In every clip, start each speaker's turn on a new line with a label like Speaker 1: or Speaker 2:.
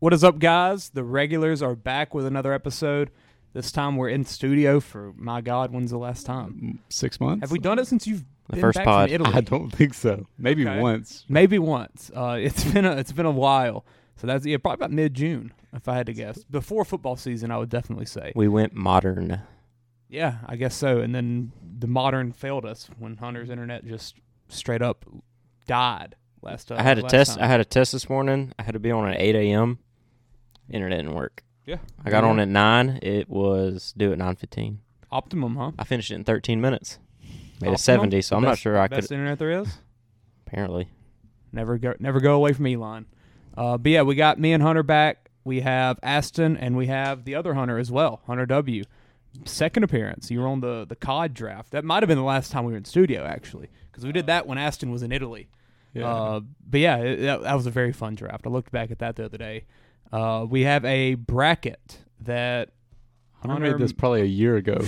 Speaker 1: What is up, guys? The regulars are back with another episode. This time we're in studio for my God, when's the last time?
Speaker 2: six months.
Speaker 1: Have we done it since you've
Speaker 3: The
Speaker 1: been
Speaker 3: first
Speaker 1: back
Speaker 3: pod.
Speaker 1: from Italy?
Speaker 2: I don't think so. Maybe
Speaker 1: Okay.
Speaker 2: once.
Speaker 1: Maybe once. Uh, it's been a, it's been a while. So that's yeah, probably about mid June, if I had to guess. Before football season, I would definitely say.
Speaker 3: We went modern.
Speaker 1: Yeah, I guess so. And then the modern failed us when Hunter's internet just straight up died last. Uh,
Speaker 3: I had a
Speaker 1: last
Speaker 3: test.
Speaker 1: time.
Speaker 3: I had a test this morning. I had to be on at eight a.m. Internet didn't work.
Speaker 1: Yeah.
Speaker 3: I got
Speaker 1: Yeah.
Speaker 3: on at nine. It was due at nine fifteen.
Speaker 1: Optimum, huh?
Speaker 3: I finished it in thirteen minutes.
Speaker 1: Oh,
Speaker 3: Made
Speaker 1: Optimum?
Speaker 3: a seventy, so I'm not
Speaker 1: Best-
Speaker 3: sure I could.
Speaker 1: Best internet there is.
Speaker 3: Apparently,
Speaker 1: Never go, never go away from Elon. Uh, but yeah, we got me and Hunter back. We have Aston, and we have the other Hunter as well, Hunter W. Second appearance. You were on the the COD draft. That might have been the last time we were in studio, actually, because we did that when Aston was in Italy.
Speaker 2: Yeah.
Speaker 1: Uh, but yeah, it, that, that was a very fun draft. I looked back at that the other day. Uh, we have a bracket that
Speaker 2: I made this probably a year ago.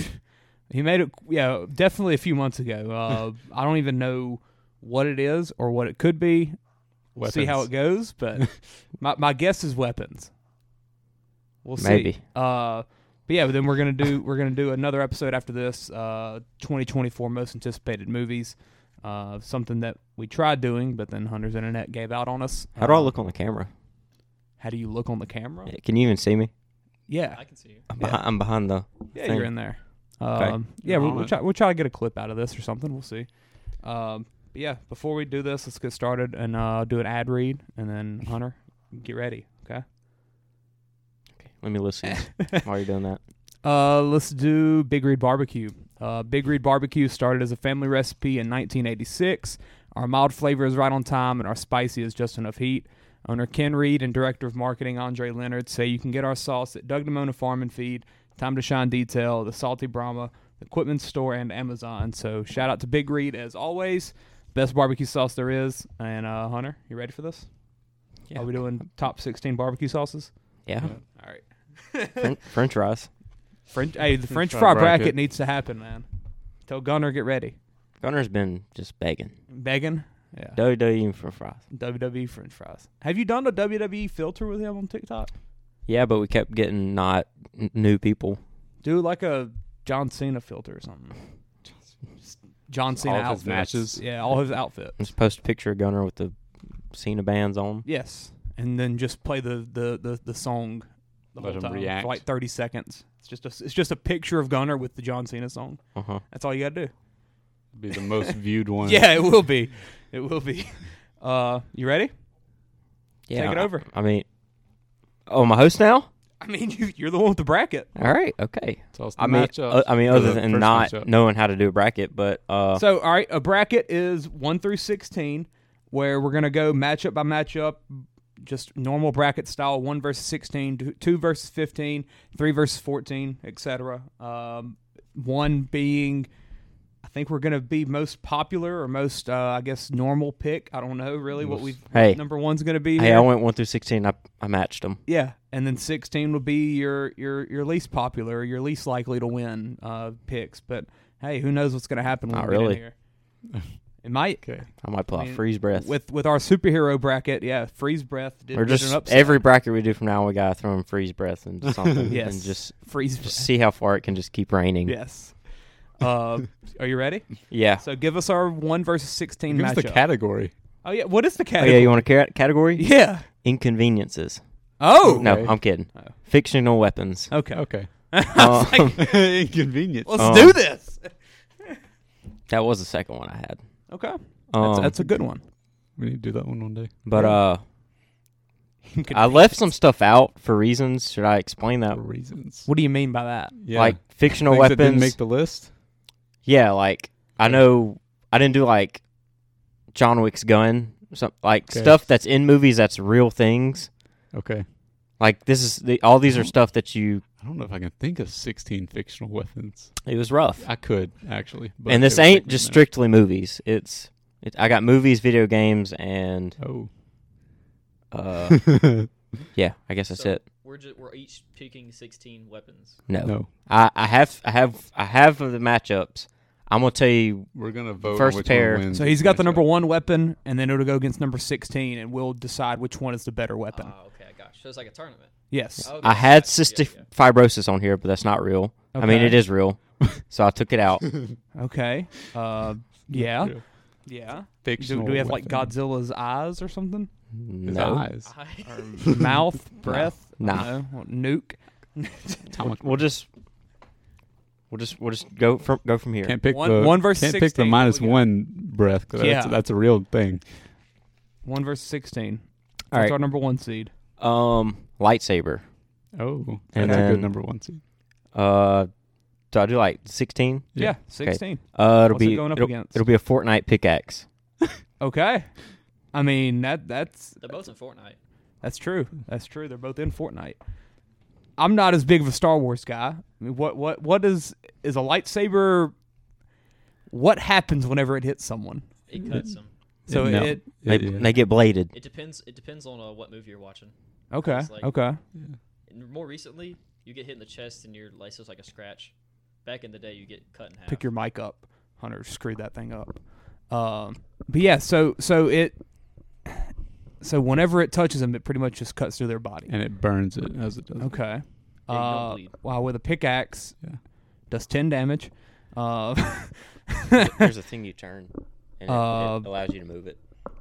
Speaker 1: he made it, yeah, definitely a few months ago. Uh, I don't even know what it is or what it could be. We'll see how it goes,
Speaker 2: Weapons.
Speaker 1: but my, my guess is weapons. We'll see.
Speaker 3: Maybe.
Speaker 1: Uh, but yeah, but then we're gonna do we're gonna do another episode after this. Uh, 2024 most anticipated movies. Uh, something that we tried doing, but then Hunter's internet gave out on us.
Speaker 3: how do I
Speaker 1: Uh,
Speaker 3: look on the camera?
Speaker 1: How do you look on the camera?
Speaker 3: Can you even see me?
Speaker 1: Yeah,
Speaker 4: I can see you.
Speaker 3: I'm,
Speaker 1: Yeah.
Speaker 3: behind, I'm behind the.
Speaker 1: Yeah,
Speaker 3: thing.
Speaker 1: you're in there. Um,
Speaker 3: Okay.
Speaker 1: Yeah,
Speaker 2: You're
Speaker 1: we'll,
Speaker 2: on
Speaker 1: we'll
Speaker 2: it.
Speaker 1: try. We'll try to get a clip out of this or something. We'll see. Um, but yeah, before we do this, let's get started and uh, do an ad read, and then Hunter, get ready. Okay.
Speaker 3: Okay, let me listen. Why are you doing that?
Speaker 1: Uh, let's do Big Reed Barbecue. Uh, Big Reed Barbecue started as a family recipe in 1986. Our mild flavor is right on time, and our spicy is just enough heat. Owner Ken Reed and director of marketing Andre Leonard say you can get our sauce at Doug Demona Farm and Feed, Time to Shine Detail, the Salty Brahma, the Equipment Store, and Amazon. So shout out to Big Reed as always. Best barbecue sauce there is. And uh, Hunter, you ready for this?
Speaker 3: Yeah.
Speaker 1: Are we doing top 16 barbecue sauces?
Speaker 3: Yeah,
Speaker 1: All right.
Speaker 3: French, French fries.
Speaker 1: French, hey, the French
Speaker 2: fry
Speaker 1: fry bracket.
Speaker 2: bracket.
Speaker 1: needs to happen, man. Tell Gunner get ready.
Speaker 3: Gunner's been just begging.
Speaker 1: Begging, yeah.
Speaker 3: WWE for fries.
Speaker 1: WWE French fries. Have you done a WWE filter with him on TikTok?
Speaker 3: Yeah, but we kept getting not n- new people.
Speaker 1: Do like a John Cena filter or something. Just John Cena
Speaker 2: all of
Speaker 1: outfits.
Speaker 2: his matches.
Speaker 1: Yeah, all his outfits.
Speaker 3: I'm supposed to picture a Gunner with the Cena bands on.
Speaker 1: Yes, and then just play the the the, the song. The
Speaker 2: Let
Speaker 1: whole
Speaker 2: him
Speaker 1: time
Speaker 2: react.
Speaker 1: for like thirty seconds. It's just a it's just a picture of Gunner with the John Cena song.
Speaker 3: Uh huh.
Speaker 1: That's all you gotta do.
Speaker 2: Be the most viewed one.
Speaker 1: Yeah, it will be. It will be. Uh, you ready?
Speaker 3: Yeah,
Speaker 1: Take it
Speaker 3: I-
Speaker 1: over.
Speaker 3: I mean, oh, my host now.
Speaker 1: I mean, you you're the one with the bracket.
Speaker 3: All right, okay.
Speaker 2: Tell us the
Speaker 3: I mean,
Speaker 2: matchups
Speaker 3: uh, I mean,
Speaker 2: for
Speaker 3: other
Speaker 2: the
Speaker 3: than
Speaker 2: first
Speaker 3: not
Speaker 2: matchup.
Speaker 3: knowing how to do a bracket, but uh,
Speaker 1: So, all right, a bracket is one through sixteen, where we're gonna go matchup by matchup, just normal bracket style: one versus 16, two- two versus 15, three versus fourteen, etc. Um, one being, I think we're gonna be most popular or most, uh, I guess, normal pick. I don't know really what we've.
Speaker 3: Hey.
Speaker 1: number one's gonna be.
Speaker 3: hey,
Speaker 1: here.
Speaker 3: I went one through sixteen. I I matched them.
Speaker 1: Yeah, and then sixteen would be your your your least popular, your least likely to win uh, picks. But hey, who knows what's going to happen? When
Speaker 3: Not
Speaker 1: we get in
Speaker 3: really.
Speaker 1: here. It might
Speaker 2: Okay.
Speaker 3: I might pull
Speaker 1: I
Speaker 3: out
Speaker 1: mean,
Speaker 3: freeze breath.
Speaker 1: with with our superhero bracket. Yeah, freeze breath. Did,
Speaker 3: or
Speaker 1: did
Speaker 3: just
Speaker 1: an upset.
Speaker 3: every bracket we do from now on, we gotta throw in freeze breath and something,
Speaker 1: Yes.
Speaker 3: and just
Speaker 1: freeze.
Speaker 3: just
Speaker 1: Breath.
Speaker 3: see how far it can just keep raining.
Speaker 1: Yes. Uh, are you ready?
Speaker 3: yeah.
Speaker 1: So give us our one versus sixteen
Speaker 2: Give us
Speaker 1: matchup.
Speaker 2: the category.
Speaker 1: oh yeah, what is the
Speaker 3: Oh, yeah,
Speaker 1: category?
Speaker 3: you want a cat- category?
Speaker 1: yeah.
Speaker 3: Inconveniences.
Speaker 1: Oh.
Speaker 3: No,
Speaker 2: Okay.
Speaker 3: I'm kidding.
Speaker 1: Oh.
Speaker 3: Fictional weapons.
Speaker 1: Okay.
Speaker 2: Okay.
Speaker 3: Uh,
Speaker 2: Inconvenience.
Speaker 1: Let's
Speaker 3: Um,
Speaker 1: do this.
Speaker 3: that was the second one I had.
Speaker 1: Okay.
Speaker 3: Um,
Speaker 1: that's, that's a good one.
Speaker 2: we need to do that one one day.
Speaker 3: but uh, I left some stuff out for reasons. Should I explain that?
Speaker 2: For reasons.
Speaker 1: What do you mean by that?
Speaker 2: Yeah.
Speaker 3: Like fictional
Speaker 2: Things that
Speaker 3: weapons.
Speaker 2: didn't make the list.
Speaker 3: Yeah, like I know I didn't do like John Wick's gun, some like
Speaker 2: Okay.
Speaker 3: stuff that's in movies that's real things.
Speaker 2: Okay.
Speaker 3: Like this is the, all these are stuff that you.
Speaker 2: I don't know if I can think of 16 fictional weapons.
Speaker 3: It was rough,
Speaker 2: I could actually. But
Speaker 3: and
Speaker 2: it
Speaker 3: this
Speaker 2: would take
Speaker 3: ain't
Speaker 2: me a
Speaker 3: just
Speaker 2: minute.
Speaker 3: strictly movies. It's it, I got movies, video games, and
Speaker 2: Oh.
Speaker 3: uh, yeah, I guess that's
Speaker 4: So-
Speaker 3: it.
Speaker 4: We're ju- we're each picking sixteen weapons.
Speaker 3: No,
Speaker 2: no.
Speaker 3: I, I have I have I have the matchups. I'm gonna tell you.
Speaker 2: We're gonna vote
Speaker 3: First
Speaker 2: on which
Speaker 3: pair.
Speaker 2: One wins
Speaker 1: So he's got the
Speaker 2: matchup.
Speaker 1: number one weapon, and then it'll go against number sixteen, and we'll decide which one is the better weapon.
Speaker 4: Ah, okay, I got. you. So it's like a tournament. Oh,
Speaker 1: Yes.
Speaker 4: Okay,
Speaker 3: I had
Speaker 4: gotcha. Yeah,
Speaker 3: cystic
Speaker 4: yeah.
Speaker 3: fibrosis on here, but that's not real. I mean,
Speaker 1: Okay.
Speaker 3: it is real, so I took it out.
Speaker 1: Okay. Uh, yeah.
Speaker 2: Real
Speaker 1: Yeah. Do,
Speaker 2: Fictional.
Speaker 1: do we have like
Speaker 2: weapon.
Speaker 1: Godzilla's eyes or something?
Speaker 2: His
Speaker 3: no,
Speaker 2: eyes.
Speaker 4: I-
Speaker 1: Or mouth, breath? I
Speaker 3: Nah.
Speaker 1: don't know. Nuke.
Speaker 2: Atomic
Speaker 3: we'll just we'll just we'll just go from go from here.
Speaker 2: Can't pick
Speaker 1: One-
Speaker 2: the
Speaker 1: one verse
Speaker 2: Can't pick the
Speaker 1: 16.
Speaker 2: minus
Speaker 1: Look at it.
Speaker 2: one breath. 'cause
Speaker 1: Yeah.
Speaker 2: that's, that's a real thing.
Speaker 1: One versus sixteen.
Speaker 3: All
Speaker 1: That's
Speaker 3: right.
Speaker 1: our number one seed.
Speaker 3: Um, lightsaber.
Speaker 2: Oh, that's
Speaker 3: And
Speaker 2: a
Speaker 3: then-
Speaker 2: good number one seed.
Speaker 3: Uh, do I do like sixteen?
Speaker 1: Yeah,
Speaker 2: Yeah.
Speaker 1: sixteen.
Speaker 3: Uh, it'll
Speaker 1: What's it
Speaker 3: be
Speaker 1: going up
Speaker 3: it'll,
Speaker 1: against?
Speaker 3: it'll be a Fortnite pickaxe.
Speaker 1: Okay. I mean that that's
Speaker 4: They're both in Fortnite.
Speaker 1: that's true. That's true. They're both in Fortnite. I'm not as big of a Star Wars guy. I mean, what what what is is a lightsaber? What happens whenever it hits someone?
Speaker 4: It
Speaker 1: Mm-hmm.
Speaker 4: cuts them.
Speaker 1: So
Speaker 2: no.
Speaker 1: it
Speaker 3: They,
Speaker 2: yeah.
Speaker 3: they get bladed.
Speaker 4: It depends. It depends on uh, what movie you're watching.
Speaker 1: okay
Speaker 4: It's like-
Speaker 1: okay
Speaker 2: Yeah.
Speaker 4: And more recently, you get hit in the chest and your license like a scratch. Back in the day, you get cut in half.
Speaker 1: pick your mic up. Hunter screwed that thing up. Um, but yeah, so so it so whenever it touches them, it pretty much just cuts through their body.
Speaker 2: and it burns it as it does. it.
Speaker 1: Okay.
Speaker 4: Yeah, you don't
Speaker 1: Uh,
Speaker 4: bleed.
Speaker 1: wow, with a pickaxe,
Speaker 2: Yeah.
Speaker 1: does ten damage. Uh,
Speaker 3: There's a thing you turn, and
Speaker 1: it- it Uh,
Speaker 3: allows you to move it.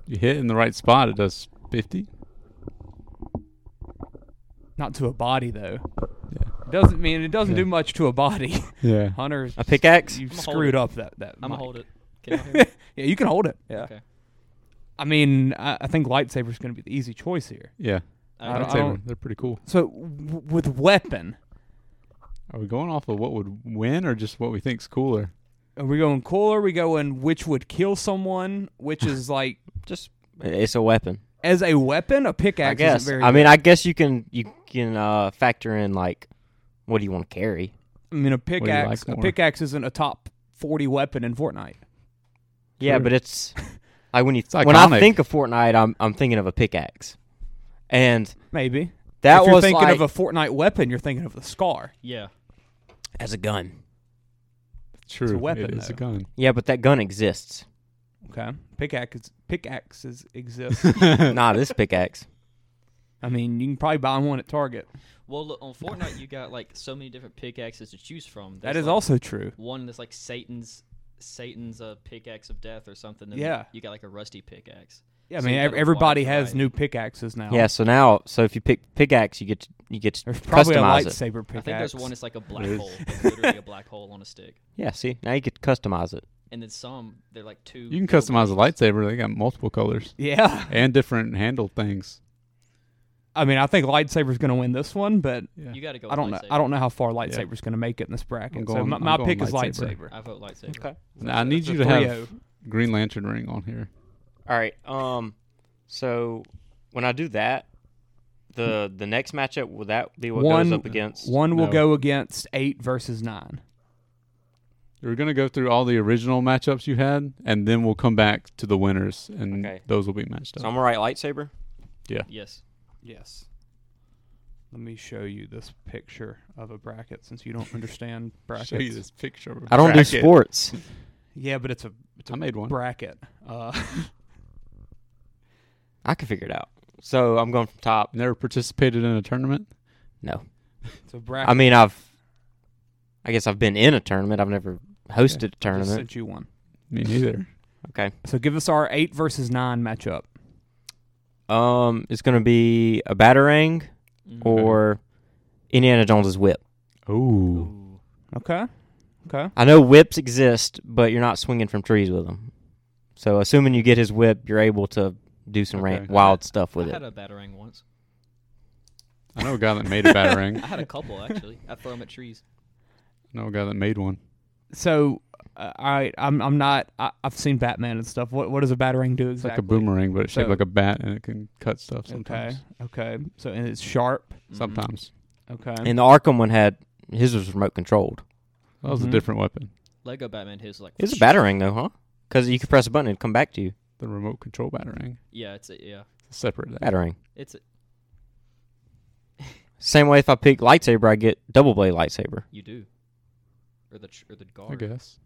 Speaker 2: You hit in the right spot, it does fifty.
Speaker 1: not to a body though.
Speaker 2: Yeah.
Speaker 1: Doesn't mean it doesn't
Speaker 2: Yeah.
Speaker 1: do much to a body.
Speaker 2: Yeah.
Speaker 1: Hunter,
Speaker 3: A pickaxe.
Speaker 1: you
Speaker 4: I'ma hold
Speaker 1: screwed
Speaker 4: it.
Speaker 1: up that that.
Speaker 4: I'm gonna
Speaker 1: mic.
Speaker 4: hold it. Can y'all hear me?
Speaker 1: yeah, you can hold it. Yeah.
Speaker 4: Okay.
Speaker 1: I mean, I, I think lightsaber's going to be the easy choice here.
Speaker 2: Yeah.
Speaker 1: I don't-
Speaker 2: Lightsaber,
Speaker 1: I don't-
Speaker 2: They're pretty cool.
Speaker 1: So w- with weapon,
Speaker 2: Are we going off of what would win or just what we think's cooler?
Speaker 1: Are we going cooler? we going which would kill someone? Which is like
Speaker 3: Just it's a weapon.
Speaker 1: as a weapon, a pickaxe.
Speaker 3: I guess.
Speaker 1: Isn't very
Speaker 3: I mean, I guess you can you can uh, factor in like what do you want to carry?
Speaker 1: I mean, a
Speaker 2: you
Speaker 1: pickaxe.
Speaker 2: like
Speaker 1: a
Speaker 2: more?
Speaker 1: pickaxe isn't a top forty weapon in Fortnite.
Speaker 3: Yeah,
Speaker 2: True.
Speaker 3: but it's like when you
Speaker 2: It's
Speaker 3: when I
Speaker 2: iconic.
Speaker 3: think of Fortnite, I'm I'm thinking of a pickaxe, and
Speaker 1: Maybe
Speaker 3: that
Speaker 1: if you're
Speaker 3: was
Speaker 1: thinking
Speaker 3: like
Speaker 1: of a Fortnite weapon, you're thinking of the scar.
Speaker 4: Yeah.
Speaker 3: as a gun.
Speaker 2: True.
Speaker 1: weapon,
Speaker 2: It is a
Speaker 1: though.
Speaker 2: gun.
Speaker 3: Yeah, but that gun exists.
Speaker 1: Okay, pickaxe pickaxes exist.
Speaker 3: nah, this pickaxe.
Speaker 1: I mean, you can probably buy one at Target.
Speaker 4: Well, look, on Fortnite, you got like so many different pickaxes to choose from.
Speaker 1: That
Speaker 4: There's,
Speaker 1: is
Speaker 4: like,
Speaker 1: also true.
Speaker 4: one that's like Satan's Satan's uh, pickaxe of death or something. and
Speaker 1: Yeah.
Speaker 4: You got like a rusty pickaxe.
Speaker 1: Yeah, I
Speaker 4: So
Speaker 1: mean,
Speaker 4: you
Speaker 1: ev-
Speaker 4: got a
Speaker 1: everybody
Speaker 4: wide
Speaker 1: has
Speaker 4: variety.
Speaker 1: new pickaxes now.
Speaker 3: Yeah. So now, so if you pick pickaxe, you get to, you get to
Speaker 1: there's probably a
Speaker 3: customize it.
Speaker 1: lightsaber pickaxe.
Speaker 4: I think there's one that's like a black
Speaker 2: is.
Speaker 4: hole. It's literally a black hole on a stick.
Speaker 3: Yeah. See, now you get to customize it.
Speaker 4: And then some, they're like two.
Speaker 2: You can customize a lightsaber. They got multiple colors
Speaker 1: yeah,
Speaker 2: and different handle things.
Speaker 1: I mean, I think lightsaber's going to win this one, but
Speaker 2: Yeah.
Speaker 4: You got to go.
Speaker 1: I don't know.
Speaker 4: lightsaber.
Speaker 1: I don't know how far lightsaber's going to make it in this bracket.
Speaker 2: I'm going-
Speaker 1: so my,
Speaker 2: I'm
Speaker 1: my
Speaker 2: going
Speaker 1: pick is
Speaker 2: lightsaber.
Speaker 1: lightsaber.
Speaker 4: I vote lightsaber.
Speaker 2: Now, I need
Speaker 1: It's a
Speaker 2: you to
Speaker 1: 3-0.
Speaker 2: have Green Lantern ring on here.
Speaker 3: All right. Um. So when I do that, the the next matchup will that be what
Speaker 1: One-
Speaker 3: goes up against?
Speaker 1: One will
Speaker 2: No.
Speaker 1: go against eight versus nine.
Speaker 2: We're gonna go through all the original matchups you had, and then we'll come back to the winners, and
Speaker 3: Okay.
Speaker 2: those will be matched up.
Speaker 3: So I'm gonna write lightsaber.
Speaker 4: Yes.
Speaker 1: Yes. Let me show you this picture of a bracket since you don't understand brackets.
Speaker 2: show you this picture. of a
Speaker 3: I don't do
Speaker 2: bracket.
Speaker 3: sports.
Speaker 1: Yeah, but it's a it's a
Speaker 2: I made one.
Speaker 1: bracket. Uh,
Speaker 3: I can figure it out. So I'm going from top.
Speaker 2: Never participated in a tournament.
Speaker 3: No,
Speaker 1: it's a bracket.
Speaker 3: I mean I've, I guess I've been in a tournament. I've never hosted a
Speaker 1: I just
Speaker 3: tournament.
Speaker 1: sent you one.
Speaker 2: Me neither.
Speaker 3: Okay.
Speaker 1: So give us our eight versus nine matchup.
Speaker 3: Um, it's gonna be a batarang
Speaker 4: Mhm.
Speaker 3: or Indiana Jones's whip.
Speaker 2: Oh,
Speaker 4: Ooh.
Speaker 1: Okay. Okay.
Speaker 3: I know whips exist, but you're not swinging from trees with them. So assuming you get his whip, you're able to do some ran-
Speaker 2: Okay.
Speaker 3: wild stuff with
Speaker 4: I
Speaker 3: it.
Speaker 4: had a batarang once.
Speaker 2: I know a guy that made a batarang.
Speaker 4: I
Speaker 2: I
Speaker 4: had a couple actually. I throw them at trees.
Speaker 2: know a guy that made one.
Speaker 1: So, uh, all right, I'm I'm not. I, I've seen Batman and stuff. What what does a batarang do
Speaker 2: It's
Speaker 1: exactly?
Speaker 2: like a boomerang, but it's shaped
Speaker 1: So-
Speaker 2: like a bat, and it can cut stuff sometimes.
Speaker 1: Okay. Okay. So and it's sharp.
Speaker 4: Mhm.
Speaker 2: Sometimes
Speaker 1: Okay.
Speaker 3: And the Arkham one had his was remote controlled.
Speaker 2: that was
Speaker 3: Mm-hmm.
Speaker 1: Mhm.
Speaker 2: a different weapon.
Speaker 4: Lego Batman his like.
Speaker 3: It was a batarang though, huh? Because you could press a button and come back to you.
Speaker 2: The remote control batarang.
Speaker 4: Yeah, it's a, yeah,
Speaker 2: It's a separate. That.
Speaker 3: Batarang.
Speaker 4: it's a,
Speaker 3: Same way if I pick lightsaber, I get double blade lightsaber.
Speaker 4: you do. Or the tr- or the guard.
Speaker 2: I guess.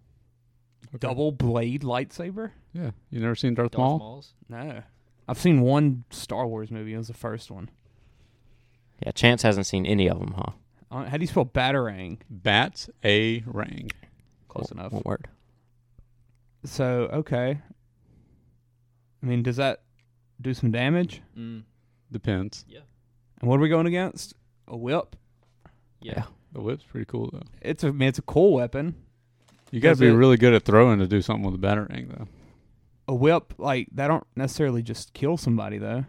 Speaker 2: Okay.
Speaker 1: Double blade lightsaber?
Speaker 2: Yeah. You never seen Darth,
Speaker 4: Darth
Speaker 2: Maul?
Speaker 4: Mauls.
Speaker 1: No. I've seen one Star Wars movie. It was the first one.
Speaker 3: Yeah, Chance hasn't seen any of them, huh?
Speaker 1: Uh, How do you spell batarang?
Speaker 2: Bat a rang.
Speaker 1: Close enough.
Speaker 3: One word.
Speaker 1: So okay. I mean, does that do some damage?
Speaker 4: Mm,
Speaker 2: Depends.
Speaker 1: And what are we going against? A whip.
Speaker 4: yeah.
Speaker 3: Yeah.
Speaker 2: The whip's pretty cool though.
Speaker 1: It's a I mean, it's a cool weapon.
Speaker 2: You got
Speaker 1: Does
Speaker 2: to be
Speaker 1: it-
Speaker 2: really good at throwing to do something with a batarang though,
Speaker 1: A whip like that don't necessarily just kill somebody though.